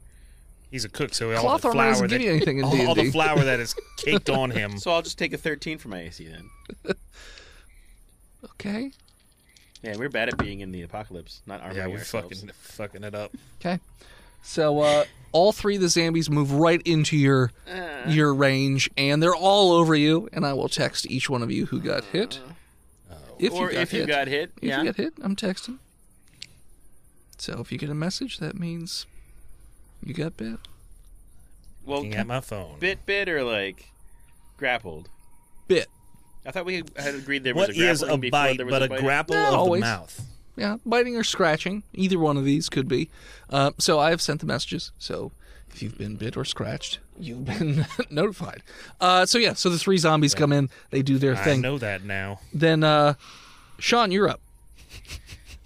[SPEAKER 4] He's a cook, so all
[SPEAKER 1] Cloth
[SPEAKER 4] the
[SPEAKER 1] armor
[SPEAKER 4] flour
[SPEAKER 1] doesn't
[SPEAKER 4] that,
[SPEAKER 1] give you anything in
[SPEAKER 4] [LAUGHS] all, all the
[SPEAKER 1] D&D.
[SPEAKER 4] flour that is caked
[SPEAKER 3] [LAUGHS]
[SPEAKER 4] on him.
[SPEAKER 3] So I'll just take a 13 for my AC then.
[SPEAKER 1] Okay.
[SPEAKER 3] Yeah, we're bad at being in the apocalypse, not armoring
[SPEAKER 4] yeah, we're
[SPEAKER 3] ourselves.
[SPEAKER 4] fucking fucking it up.
[SPEAKER 1] Okay. So uh, all three of the zombies move right into your
[SPEAKER 4] Uh.
[SPEAKER 1] your range, and they're all over you. And I will text each one of you who got hit.
[SPEAKER 4] Uh.
[SPEAKER 1] If
[SPEAKER 3] or if you got hit,
[SPEAKER 1] If
[SPEAKER 3] yeah.
[SPEAKER 1] you get hit, I'm texting. So if you get a message, that means you got bit.
[SPEAKER 3] Well,
[SPEAKER 4] Looking at my phone.
[SPEAKER 3] bit bit or like grappled.
[SPEAKER 1] Bit.
[SPEAKER 3] I thought we had agreed there was
[SPEAKER 4] What
[SPEAKER 3] a grappling
[SPEAKER 4] is a
[SPEAKER 3] before
[SPEAKER 4] bite
[SPEAKER 3] there was
[SPEAKER 4] but
[SPEAKER 3] a,
[SPEAKER 4] a
[SPEAKER 3] bite?
[SPEAKER 4] grapple
[SPEAKER 1] Not
[SPEAKER 4] of
[SPEAKER 1] always.
[SPEAKER 4] the mouth?
[SPEAKER 1] Yeah, biting or scratching. Either one of these could be. Uh, so I have sent the messages. So if you've been bit or scratched, you've been [LAUGHS] notified. Uh, so yeah, so the three zombies come in. They do their
[SPEAKER 4] I
[SPEAKER 1] thing.
[SPEAKER 4] know that now.
[SPEAKER 1] Then, uh, Sean, you're up.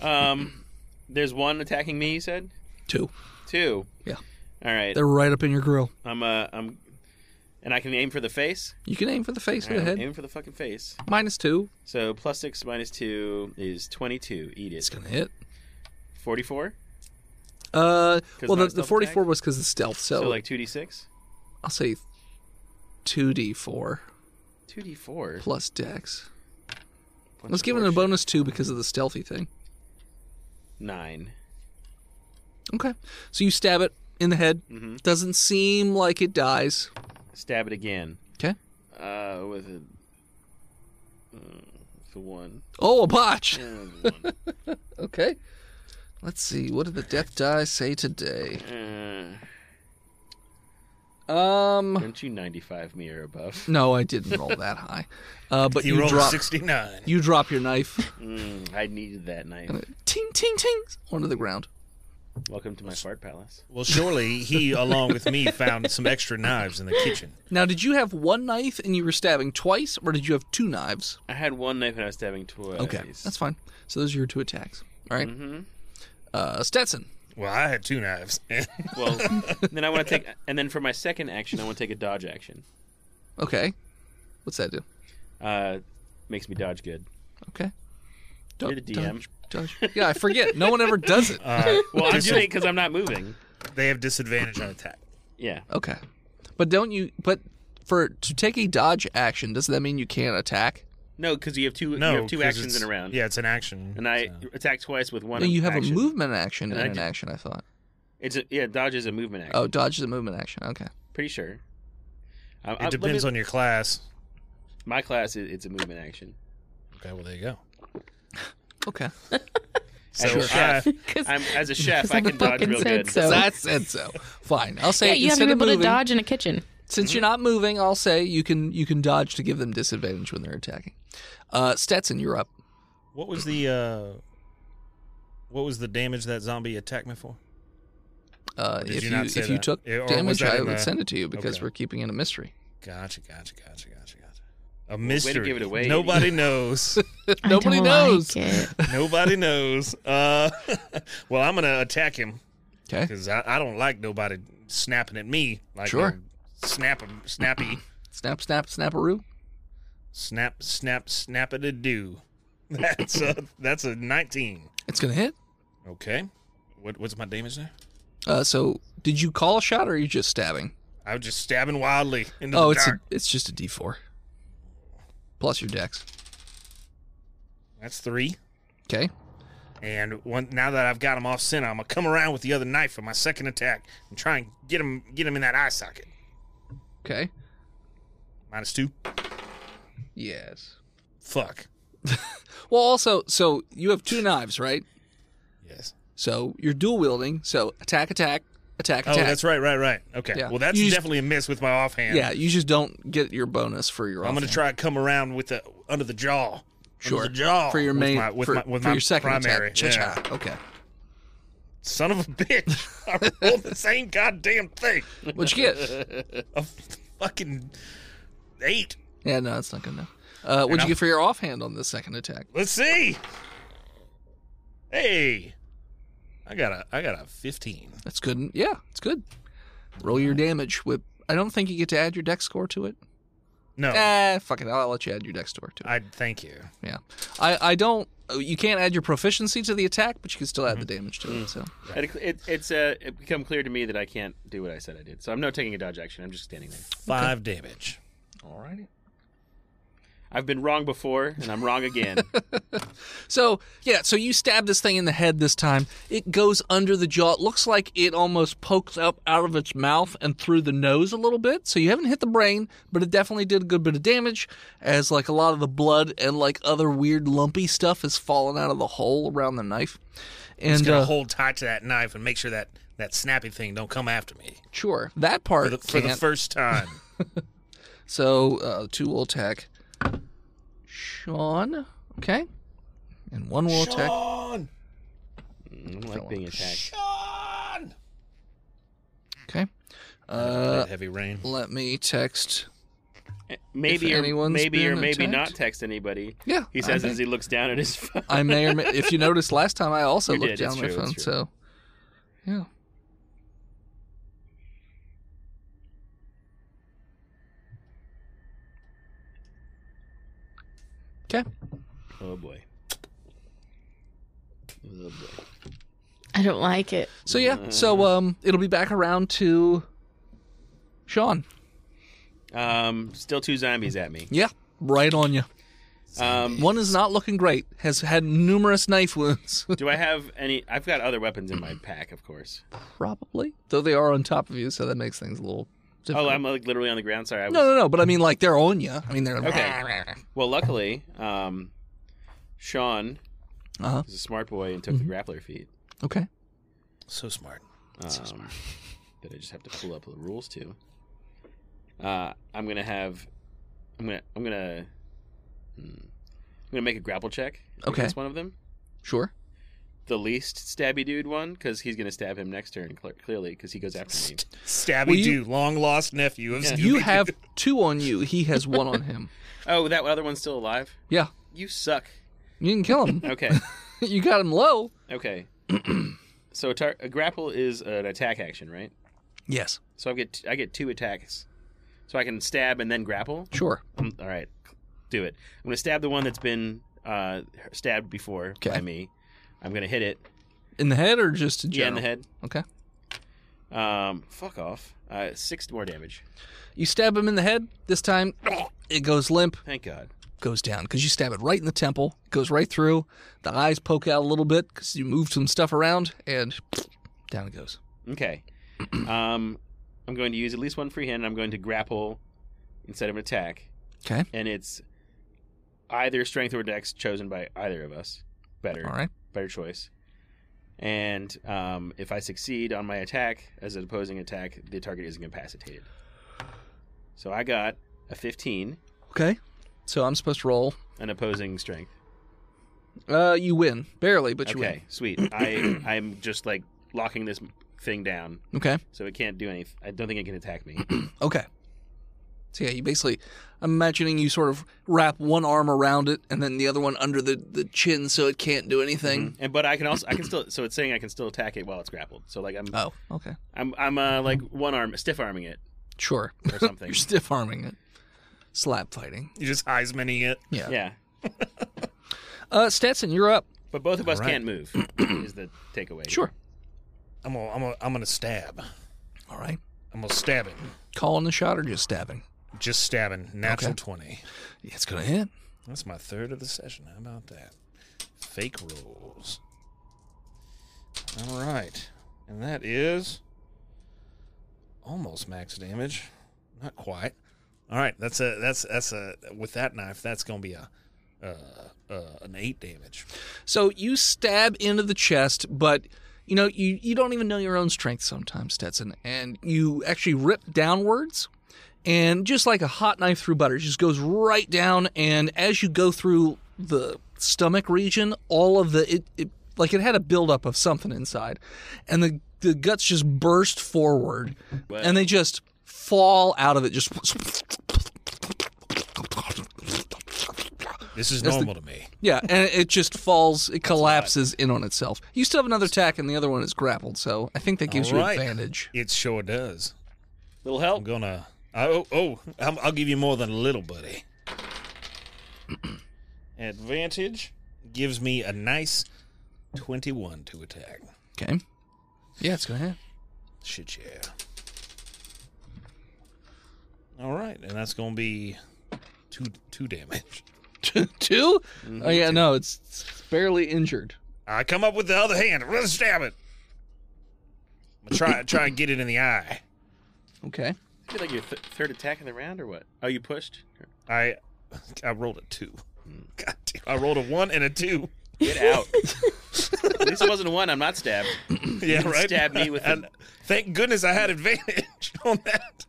[SPEAKER 3] Um, there's one attacking me. You said
[SPEAKER 1] Two.
[SPEAKER 3] two.
[SPEAKER 1] Yeah.
[SPEAKER 3] All right.
[SPEAKER 1] They're right up in your grill.
[SPEAKER 3] I'm. Uh, I'm. And I can aim for the face.
[SPEAKER 1] You can aim for the face or
[SPEAKER 3] All
[SPEAKER 1] the
[SPEAKER 3] right,
[SPEAKER 1] head.
[SPEAKER 3] Aim for the fucking face.
[SPEAKER 1] Minus two.
[SPEAKER 3] So plus six minus two is twenty-two. Eat
[SPEAKER 1] It's
[SPEAKER 3] it.
[SPEAKER 1] gonna hit.
[SPEAKER 3] Forty-four.
[SPEAKER 1] Uh,
[SPEAKER 3] 'Cause
[SPEAKER 1] well,
[SPEAKER 3] my
[SPEAKER 1] the, the
[SPEAKER 3] stealth
[SPEAKER 1] 44
[SPEAKER 3] attack?
[SPEAKER 1] was because of stealth, so,
[SPEAKER 3] So like two d six.
[SPEAKER 1] I'll say 2d4
[SPEAKER 3] Two d four.
[SPEAKER 1] plus dex. Let's give it a bonus two because of the stealthy thing.
[SPEAKER 3] Nine.
[SPEAKER 1] Okay. So you stab it in the head. Doesn't seem like it dies.
[SPEAKER 3] Stab it again.
[SPEAKER 1] Okay.
[SPEAKER 3] Uh, with a. Uh, the one.
[SPEAKER 1] Oh, a botch. [LAUGHS]
[SPEAKER 3] Uh, with a one.
[SPEAKER 1] Okay. Let's see. What did the death die say today?
[SPEAKER 3] Uh,
[SPEAKER 1] Um.
[SPEAKER 3] Don't you 95 me or above?
[SPEAKER 1] No, I didn't [LAUGHS] roll that high. Uh, but [LAUGHS]
[SPEAKER 4] You,
[SPEAKER 1] you,
[SPEAKER 4] rolled
[SPEAKER 1] drop.
[SPEAKER 4] 69.
[SPEAKER 1] You drop your knife.
[SPEAKER 3] Mm, [LAUGHS] I needed that knife.
[SPEAKER 1] [LAUGHS] ting, ting, ting. Onto the ground.
[SPEAKER 3] Welcome to my fart palace.
[SPEAKER 4] Well, surely he, along with me, found some extra knives in the kitchen.
[SPEAKER 1] Now, did you have one knife and you were stabbing twice, or did you have two knives?
[SPEAKER 3] I had one knife and I was stabbing twice.
[SPEAKER 1] Okay, that's fine. So those are your two attacks. All right. Uh, Stetson.
[SPEAKER 4] Well, I had two knives. [LAUGHS]
[SPEAKER 1] [LAUGHS]
[SPEAKER 3] Well, then I want to take, and then for my second action, I want to take a dodge action.
[SPEAKER 1] Okay. What's that do?
[SPEAKER 3] Uh, makes me dodge good.
[SPEAKER 1] Okay. Do-
[SPEAKER 3] You're the DM.
[SPEAKER 1] Dodge, dodge. Yeah, I forget. No one ever does it.
[SPEAKER 4] [LAUGHS] Uh,
[SPEAKER 3] Well, I'm
[SPEAKER 4] dis-
[SPEAKER 3] doing it because I'm not moving.
[SPEAKER 4] they have disadvantage on attack.
[SPEAKER 3] Yeah.
[SPEAKER 1] Okay. But don't you? But for to take a dodge action, does that mean you can't attack?
[SPEAKER 3] No, because you have two.
[SPEAKER 4] No,
[SPEAKER 3] you have two
[SPEAKER 4] 'cause
[SPEAKER 3] actions
[SPEAKER 4] it's-
[SPEAKER 3] in a round.
[SPEAKER 4] Yeah, it's an action.
[SPEAKER 3] And I
[SPEAKER 4] so.
[SPEAKER 3] attack twice with one.
[SPEAKER 1] No, you have
[SPEAKER 3] action.
[SPEAKER 1] a movement action and,
[SPEAKER 3] I
[SPEAKER 1] an
[SPEAKER 3] did-
[SPEAKER 1] action. I thought.
[SPEAKER 3] It's a, yeah, dodge is a movement action.
[SPEAKER 1] Oh, dodge is a movement action. Okay.
[SPEAKER 3] pretty sure. I, I-
[SPEAKER 4] it
[SPEAKER 3] let
[SPEAKER 4] depends
[SPEAKER 3] me-
[SPEAKER 4] on your class.
[SPEAKER 3] my class. It, it's a movement action.
[SPEAKER 4] Okay, well there you go.
[SPEAKER 1] Okay.
[SPEAKER 3] As a
[SPEAKER 4] So
[SPEAKER 3] chef,
[SPEAKER 2] Because
[SPEAKER 3] I'm, as a chef, I
[SPEAKER 2] the
[SPEAKER 3] can dodge
[SPEAKER 2] fucking
[SPEAKER 3] real
[SPEAKER 2] said
[SPEAKER 3] good.
[SPEAKER 1] [LAUGHS]
[SPEAKER 2] so.
[SPEAKER 1] I said so. Fine. I'll say
[SPEAKER 2] yeah, you have to
[SPEAKER 1] instead
[SPEAKER 2] be
[SPEAKER 1] of
[SPEAKER 2] able to
[SPEAKER 1] moving-
[SPEAKER 2] dodge in a kitchen.
[SPEAKER 1] Since you're not moving, I'll say you can you can dodge to give them disadvantage when they're attacking. Uh, Stetson, you're up.
[SPEAKER 4] what was the uh, what was the damage that zombie attacked me for?
[SPEAKER 1] Uh,
[SPEAKER 4] Did
[SPEAKER 1] if
[SPEAKER 4] you
[SPEAKER 1] you,
[SPEAKER 4] not say
[SPEAKER 1] if you
[SPEAKER 4] that?
[SPEAKER 1] took
[SPEAKER 4] Yeah, or
[SPEAKER 1] damage,
[SPEAKER 4] was that
[SPEAKER 1] I
[SPEAKER 4] in
[SPEAKER 1] would
[SPEAKER 4] the-
[SPEAKER 1] send it to you because
[SPEAKER 4] Okay.
[SPEAKER 1] we're keeping it a mystery. [LAUGHS]
[SPEAKER 4] Gotcha, gotcha, gotcha, gotcha, gotcha. A mystery.
[SPEAKER 3] give it
[SPEAKER 1] [LAUGHS]
[SPEAKER 3] away,
[SPEAKER 4] Nobody knows.
[SPEAKER 1] Nobody
[SPEAKER 2] I don't
[SPEAKER 1] knows.
[SPEAKER 2] Like it.
[SPEAKER 4] nobody knows. Uh, [LAUGHS] well, I'm gonna attack him
[SPEAKER 1] Okay,
[SPEAKER 4] because I, I don't like nobody snapping at me. Like
[SPEAKER 1] Sure.
[SPEAKER 4] a Snap a snappy [CLEARS THROAT]
[SPEAKER 1] snap, snap, snapperoo.
[SPEAKER 4] snap snap snap it a do. [LAUGHS] That's a that's a 19.
[SPEAKER 1] It's gonna hit.
[SPEAKER 4] Okay. What what's my damage there?
[SPEAKER 1] Uh, so did you call a shot or are you just stabbing?
[SPEAKER 4] I was just stabbing wildly into
[SPEAKER 1] oh,
[SPEAKER 4] the
[SPEAKER 1] it's a,
[SPEAKER 4] dark.
[SPEAKER 1] it's just a D4 plus your dex.
[SPEAKER 4] That's three.
[SPEAKER 1] Okay,
[SPEAKER 4] And one, now that I've got him off center, I'm gonna come around with the other knife for my second attack and try and get him get him in that eye socket.
[SPEAKER 1] okay,
[SPEAKER 4] Minus two.
[SPEAKER 1] yes.
[SPEAKER 4] Fuck.
[SPEAKER 1] Well, also, so you have two knives, right?
[SPEAKER 4] Yes.
[SPEAKER 1] So you're dual wielding. So attack, attack, attack,
[SPEAKER 4] Oh,
[SPEAKER 1] attack.
[SPEAKER 4] that's right, right, right. Okay.
[SPEAKER 1] Yeah.
[SPEAKER 4] Well, that's
[SPEAKER 1] You just-
[SPEAKER 4] definitely a miss with my offhand.
[SPEAKER 1] Yeah, you just don't get your bonus for your.
[SPEAKER 4] I'm gonna
[SPEAKER 1] offhand.
[SPEAKER 4] try and come around with the under the jaw.
[SPEAKER 1] Sure.
[SPEAKER 4] Under the jaw
[SPEAKER 1] for your main
[SPEAKER 4] with my, with
[SPEAKER 1] for,
[SPEAKER 4] my, with
[SPEAKER 1] for
[SPEAKER 4] my
[SPEAKER 1] your second
[SPEAKER 4] primary.
[SPEAKER 1] attack.
[SPEAKER 4] Yeah.
[SPEAKER 1] Cha-cha. Okay.
[SPEAKER 4] Son of a bitch! [LAUGHS] I rolled the same goddamn thing.
[SPEAKER 1] What'd you
[SPEAKER 4] [LAUGHS]
[SPEAKER 1] get?
[SPEAKER 4] A f- fucking eight.
[SPEAKER 1] yeah, no, that's not good enough. Uh, what'd you
[SPEAKER 4] Enough.
[SPEAKER 1] get for your offhand on the second attack?
[SPEAKER 4] Let's see. Hey, I got a I got a fifteen.
[SPEAKER 1] That's good. Yeah, it's good. Roll your damage with. I don't think you get to add your dex score to it.
[SPEAKER 4] No,
[SPEAKER 1] Eh, fuck it. I'll let you add your dex score to it.
[SPEAKER 4] Oh. I thank you.
[SPEAKER 1] yeah, I I don't. oh, You can't add your proficiency to the attack, but you can still add the damage to it. So
[SPEAKER 3] It, it, it's uh, it become clear to me that I can't do what I said I did, so I'm not taking a dodge action. I'm just standing there.
[SPEAKER 4] Five damage.
[SPEAKER 1] alrighty.
[SPEAKER 3] I've been wrong before, and I'm
[SPEAKER 1] [LAUGHS]
[SPEAKER 3] wrong again.
[SPEAKER 1] So yeah, so you stab this thing in the head this time. It goes under the jaw. It looks like it almost pokes up out of its mouth and through the nose a little bit. So you haven't hit the brain, but it definitely did a good bit of damage, as like a lot of the blood and like other weird lumpy stuff has fallen out of the hole around the knife. And
[SPEAKER 4] Just gonna
[SPEAKER 1] uh,
[SPEAKER 4] hold tight to that knife and make sure that that snappy thing don't come after me
[SPEAKER 1] Sure. That part
[SPEAKER 4] for the, for the
[SPEAKER 1] can't.
[SPEAKER 4] first
[SPEAKER 1] [LAUGHS]
[SPEAKER 4] time.
[SPEAKER 1] So uh, two will attack Sean. Okay. And one will attack.
[SPEAKER 4] Sean,
[SPEAKER 3] I don't like being attacked.
[SPEAKER 4] Sean.
[SPEAKER 1] Okay. Uh,
[SPEAKER 4] That heavy rain.
[SPEAKER 1] let me text.
[SPEAKER 3] Eh, Maybe
[SPEAKER 1] If
[SPEAKER 3] or
[SPEAKER 1] anyone's
[SPEAKER 3] maybe or
[SPEAKER 1] been
[SPEAKER 3] maybe
[SPEAKER 1] attacked?
[SPEAKER 3] not text anybody.
[SPEAKER 1] Yeah.
[SPEAKER 3] He says
[SPEAKER 1] I,
[SPEAKER 3] as he looks down at his phone.
[SPEAKER 1] I may or may. If you noticed last time, I also
[SPEAKER 3] You
[SPEAKER 1] looked
[SPEAKER 3] did,
[SPEAKER 1] down
[SPEAKER 3] it's
[SPEAKER 1] my
[SPEAKER 3] true,
[SPEAKER 1] phone.
[SPEAKER 3] it's true.
[SPEAKER 1] So. Yeah. Okay.
[SPEAKER 3] Oh boy. Oh boy.
[SPEAKER 2] I don't like it.
[SPEAKER 1] So yeah.
[SPEAKER 3] Mm-hmm.
[SPEAKER 1] So um, it'll be back around to Sean.
[SPEAKER 3] Um, still two zombies
[SPEAKER 1] [LAUGHS]
[SPEAKER 3] at me.
[SPEAKER 1] Yeah. Right on you.
[SPEAKER 3] Um,
[SPEAKER 1] One is not looking great. Has had numerous knife wounds. [LAUGHS]
[SPEAKER 3] do I have any? I've got other weapons in my pack, of course.
[SPEAKER 1] Probably, though they are on top of you, so that makes things a little. Difficult.
[SPEAKER 3] Oh, I'm like literally on the ground. Sorry. I was,
[SPEAKER 1] No, no, no. But I mean, like they're on you. I mean, they're
[SPEAKER 3] Okay. Well, luckily, um, Sean
[SPEAKER 1] Uh-huh.
[SPEAKER 3] was a smart boy and took the grappler feat.
[SPEAKER 1] okay.
[SPEAKER 4] So smart.
[SPEAKER 3] Um, That I just have to pull up the rules to. Uh, I'm gonna have. I'm gonna. I'm gonna. hmm. I'm gonna make a grapple check.
[SPEAKER 1] Okay.
[SPEAKER 3] That's one of them.
[SPEAKER 1] Sure.
[SPEAKER 3] The least stabby dude one, because he's gonna stab him next turn cl- clearly, because he goes after me.
[SPEAKER 1] Will
[SPEAKER 4] Stabby
[SPEAKER 1] you-
[SPEAKER 4] Doo, long lost
[SPEAKER 1] [LAUGHS]
[SPEAKER 4] nephew of
[SPEAKER 1] You
[SPEAKER 4] Scooby-Doo.
[SPEAKER 1] have two on you. He has one on [LAUGHS] him.
[SPEAKER 3] Oh, that other one's still alive.
[SPEAKER 1] Yeah,
[SPEAKER 3] You suck.
[SPEAKER 1] you can kill [LAUGHS] him.
[SPEAKER 3] Okay.
[SPEAKER 1] you got him low.
[SPEAKER 3] Okay. [CLEARS THROAT] so a, tar- a grapple is an attack action, right?
[SPEAKER 1] Yes.
[SPEAKER 3] So I get I get two attacks. So I can stab and then grapple.
[SPEAKER 1] Sure.
[SPEAKER 3] Mm, All right, do it. I'm gonna stab the one that's been uh, stabbed before by
[SPEAKER 1] Okay.
[SPEAKER 3] me. I'm gonna hit it.
[SPEAKER 1] In the head or just in
[SPEAKER 3] Yeah,
[SPEAKER 1] general?
[SPEAKER 3] in the head.
[SPEAKER 1] Okay.
[SPEAKER 3] Um, fuck off. Uh, six more damage.
[SPEAKER 1] You stab him in the head. This time, [SNIFFS] it goes limp,
[SPEAKER 3] Thank God.
[SPEAKER 1] goes down because you stab it right in the temple. Goes right through. The eyes poke out a little bit because you moved some stuff around, and [SNIFFS] down it goes. [CLEARS THROAT]
[SPEAKER 3] Okay. um, I'm going to use at least one free hand. And I'm going to grapple instead of an attack,
[SPEAKER 1] Okay.
[SPEAKER 3] and it's either strength or dex chosen by either of us. Better.
[SPEAKER 1] All right.
[SPEAKER 3] better choice. And um, if I succeed on my attack as an opposing attack, the target is incapacitated. So I got a 15,
[SPEAKER 1] Okay. So I'm supposed to roll.
[SPEAKER 3] an opposing strength.
[SPEAKER 1] Uh, you win barely, but you
[SPEAKER 3] Okay,
[SPEAKER 1] [CLEARS THROAT]
[SPEAKER 3] sweet. I I'm just like locking this thing down,
[SPEAKER 1] win. Okay.
[SPEAKER 3] so it can't do anything. I don't think it can
[SPEAKER 1] [CLEARS THROAT]
[SPEAKER 3] attack me.
[SPEAKER 1] Okay. So yeah, you basically, I'm imagining you sort of wrap one arm around it and then the other one under the, the chin so it can't do anything.
[SPEAKER 3] and but I can also I can still so it's saying I can still attack it while it's grappled. So like I'm
[SPEAKER 1] Oh, okay.
[SPEAKER 3] I'm I'm uh, like one arm stiff arming it
[SPEAKER 1] Sure.
[SPEAKER 3] or
[SPEAKER 1] [LAUGHS]
[SPEAKER 3] something.
[SPEAKER 1] You're stiff arming it. Slap fighting.
[SPEAKER 4] You're just Heismaning it.
[SPEAKER 1] Yeah.
[SPEAKER 3] yeah,
[SPEAKER 1] Uh, Stetson, you're up.
[SPEAKER 3] but both of us
[SPEAKER 4] All right.
[SPEAKER 3] can't move.
[SPEAKER 1] [CLEARS THROAT]
[SPEAKER 3] is the takeaway?
[SPEAKER 4] I'm gonna, I'm gonna, I'm gonna stab.
[SPEAKER 1] All right.
[SPEAKER 4] I'm gonna stab him.
[SPEAKER 1] Calling the shot or just stabbing?
[SPEAKER 4] Just stabbing. Natural
[SPEAKER 1] Okay.
[SPEAKER 4] twenty.
[SPEAKER 1] Yeah, it's going to hit.
[SPEAKER 4] That's my third of the session. How about that? Fake rolls. All right. And that is almost max damage. Not quite. All right, that's a that's that's a with that knife, that's going to be a uh, uh, an 8 damage.
[SPEAKER 1] So you stab into the chest, but you know you, you don't even know your own strength sometimes, Stetson. And you actually rip downwards, and just like a hot knife through butter, it just goes right down. And as you go through the stomach region, all of the it, it like it had a buildup of something inside, and the the guts just burst forward, and they just fall out of it. Just
[SPEAKER 4] This is
[SPEAKER 1] That's the-
[SPEAKER 4] normal to me.
[SPEAKER 1] yeah, and it just falls, it collapses in on itself. You still have another attack, and the other one is grappled, so I think that gives
[SPEAKER 4] All
[SPEAKER 1] you
[SPEAKER 4] right.
[SPEAKER 1] advantage.
[SPEAKER 4] It sure does.
[SPEAKER 3] Little help.
[SPEAKER 4] I'm going to Oh, oh, I'm, I'll give you more than a
[SPEAKER 3] [CLEARS THROAT]
[SPEAKER 4] little, buddy. Advantage gives me a nice 21 to attack.
[SPEAKER 1] Okay. Yeah, it's gonna hit.
[SPEAKER 4] Shit, yeah. All right, and that's gonna be two two damage.
[SPEAKER 1] 2 Oh yeah, no, it's, it's barely injured.
[SPEAKER 4] I come up with the other hand. Let's stab it. I'm gonna try try and get it in the eye.
[SPEAKER 1] Okay.
[SPEAKER 3] Is it like your th- third attack of the round or what? Oh, you pushed?
[SPEAKER 4] I
[SPEAKER 3] Hmm.
[SPEAKER 4] I rolled a two. [LAUGHS] God damn! I rolled a one and a two.
[SPEAKER 3] Get out. [LAUGHS] At least it wasn't one. I'm not stabbed.
[SPEAKER 4] yeah, right.
[SPEAKER 3] Stab me with
[SPEAKER 4] And
[SPEAKER 3] a
[SPEAKER 4] Thank goodness I had advantage [LAUGHS] on that.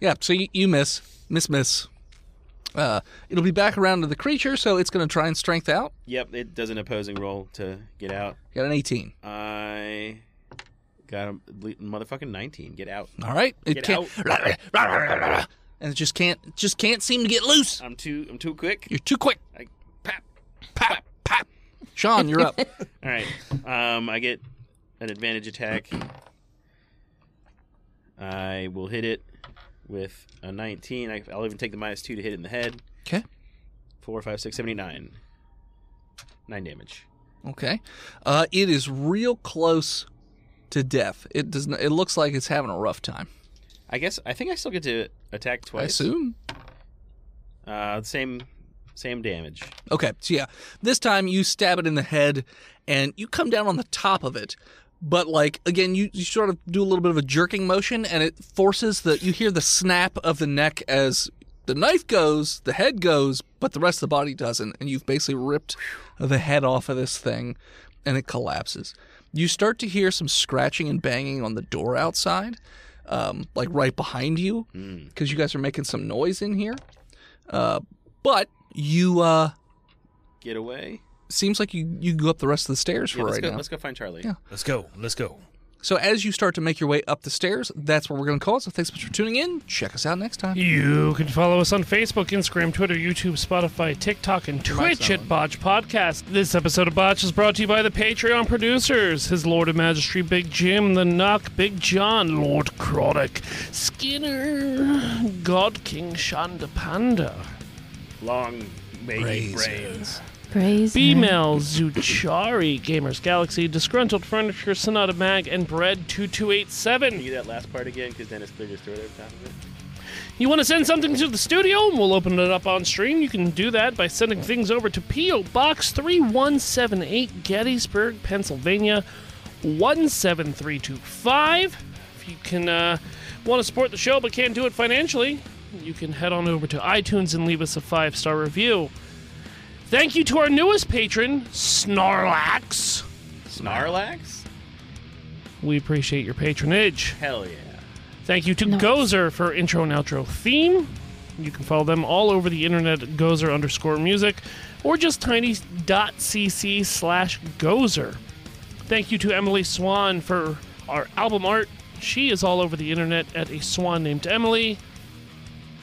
[SPEAKER 1] Yeah, so you, you miss. Miss, miss. Uh, it'll be back around to the creature, so it's going to try and strength out.
[SPEAKER 3] Yep, it does an opposing roll to get out.
[SPEAKER 1] Got an 18.
[SPEAKER 3] I got a le- motherfucking 19. Get out.
[SPEAKER 1] All right. It
[SPEAKER 3] Get
[SPEAKER 1] can't. [LAUGHS] And it just can't just can't seem to get loose.
[SPEAKER 3] I'm too I'm too quick.
[SPEAKER 1] You're too quick.
[SPEAKER 3] Uh, I, pap.
[SPEAKER 1] Pop, pop. Sean, you're up.
[SPEAKER 3] All right. Um, I get an advantage attack. I will hit it with a 19. I, I'll even take the minus two to hit it in the head.
[SPEAKER 1] Okay.
[SPEAKER 3] Four, five, six, seven, eight, nine. Nine damage.
[SPEAKER 1] Okay. Uh, it is real close to death. It does not, it looks like it's having a rough time.
[SPEAKER 3] I guess I think I still get to attack twice.
[SPEAKER 1] I assume.
[SPEAKER 3] Uh, same, same damage.
[SPEAKER 1] Okay, so yeah. This time you stab it in the head and you come down on the top of it. But like again, you, you sort of do a little bit of a jerking motion and it forces the you hear the snap of the neck as the knife goes, the head goes, but the rest of the body doesn't, and you've basically ripped the head off of this thing and it collapses. You start to hear some scratching and banging on the door outside, um, like right behind you, because you guys are making some noise in here. Uh, but you uh,
[SPEAKER 3] Get away.
[SPEAKER 1] seems like you, you go up the rest of the stairs
[SPEAKER 3] Yeah,
[SPEAKER 1] for
[SPEAKER 3] let's
[SPEAKER 1] right
[SPEAKER 3] go.
[SPEAKER 1] now.
[SPEAKER 3] Let's go find Charlie.
[SPEAKER 1] Yeah.
[SPEAKER 4] Let's go. Let's go.
[SPEAKER 1] So as you start to make your way up the stairs, that's where we're going to call it. So thanks so much for tuning in. Check us out next time.
[SPEAKER 7] You can follow us on Facebook, Instagram, Twitter, YouTube, Spotify, TikTok, and Twitch at Botch Podcast. This episode of Botch is brought to you by the Patreon producers His Lord and Majesty Big Jim, The Knock, Big John, Lord Chronic, Skinner, God King Shonda Panda,
[SPEAKER 3] Long may
[SPEAKER 1] Praise.
[SPEAKER 3] he brains.
[SPEAKER 8] Praise
[SPEAKER 7] Female Zuchari, Gamers Galaxy, Disgruntled Furniture, Sonata Mag, and Bread
[SPEAKER 3] Can
[SPEAKER 7] 2287.
[SPEAKER 3] you do that last part again? Because Dennis cleared his throat every time. of it.
[SPEAKER 7] You want to send something to the studio and we'll open it up on stream. You can do that by sending things over to P.O. Box 3178 Gettysburg, Pennsylvania 17325. If you can uh, want to support the show but can't do it financially, you can head on over to iTunes and leave us a five star review. Thank you to our newest patron, Snarlax.
[SPEAKER 3] Snarlax?
[SPEAKER 7] We appreciate your patronage.
[SPEAKER 3] Hell yeah.
[SPEAKER 7] Thank you to Gozer for intro and outro theme. You can follow them all over the internet at Gozer underscore music or just tiny.cc slash Gozer. Thank you to Emily Swan for our album art. She is all over the internet at a swan named Emily.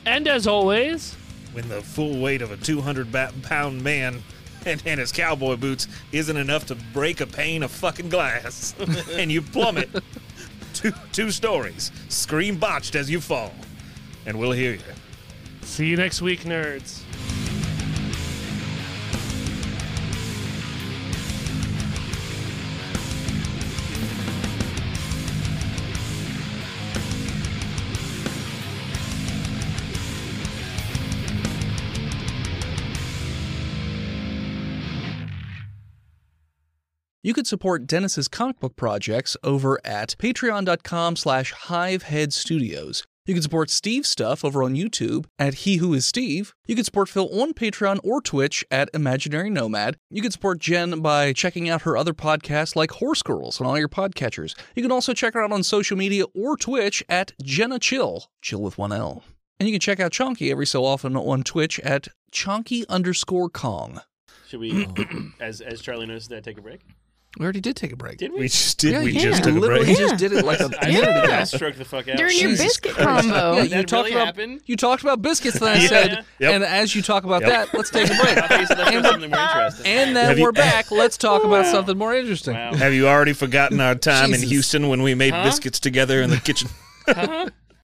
[SPEAKER 7] And as always,
[SPEAKER 4] When the full weight of a 200 ba- pound man and, and his cowboy boots isn't enough to break a pane of fucking glass, [LAUGHS] and you plummet [LAUGHS] two, two stories, scream botched as you fall, and we'll hear you.
[SPEAKER 7] see you next week, nerds.
[SPEAKER 1] You could support Dennis's comic book projects over at patreon.com slash hivehead studios. You can support Steve's stuff over on YouTube at He Who Is Steve. You can support Phil on Patreon or Twitch at Imaginary Nomad. You can support Jen by checking out her other podcasts like Horse Girls on all your podcatchers. You can also check her out on social media or Twitch at Jenna Chill, chill with one L. And you can check out Chonky every so often on Twitch at Chonky underscore Kong.
[SPEAKER 3] Should we,
[SPEAKER 1] Oh.
[SPEAKER 3] [CLEARS THROAT] as as Charlie knows, that take a break?
[SPEAKER 1] We already did take a break.
[SPEAKER 3] Did we?
[SPEAKER 4] We just did.
[SPEAKER 1] Yeah,
[SPEAKER 4] we
[SPEAKER 1] you
[SPEAKER 4] just took a
[SPEAKER 1] literally
[SPEAKER 4] break.
[SPEAKER 1] just did it like a
[SPEAKER 3] [LAUGHS] I
[SPEAKER 1] minute ago.
[SPEAKER 3] I stroked the fuck out.
[SPEAKER 2] During your
[SPEAKER 1] Jesus
[SPEAKER 2] biscuit
[SPEAKER 3] [LAUGHS]
[SPEAKER 2] combo.
[SPEAKER 1] Yeah,
[SPEAKER 3] Did
[SPEAKER 1] you
[SPEAKER 3] that
[SPEAKER 1] talked
[SPEAKER 3] really
[SPEAKER 1] about
[SPEAKER 3] happen?
[SPEAKER 1] you talked about biscuits.
[SPEAKER 4] [LAUGHS]
[SPEAKER 1] Then I
[SPEAKER 3] Yeah.
[SPEAKER 1] said,
[SPEAKER 4] Yep.
[SPEAKER 1] and as you talk about
[SPEAKER 4] Yep.
[SPEAKER 1] that, let's take a
[SPEAKER 3] [LAUGHS] [LAUGHS] I thought you
[SPEAKER 1] break.
[SPEAKER 2] [LAUGHS]
[SPEAKER 3] said let's do something more interesting.
[SPEAKER 1] And then
[SPEAKER 4] Have you-
[SPEAKER 1] we're back. Let's talk
[SPEAKER 3] [LAUGHS]
[SPEAKER 1] about something more interesting.
[SPEAKER 3] Wow.
[SPEAKER 4] Have you already forgotten our time in
[SPEAKER 1] Jesus.
[SPEAKER 4] Houston when we made biscuits together in the kitchen?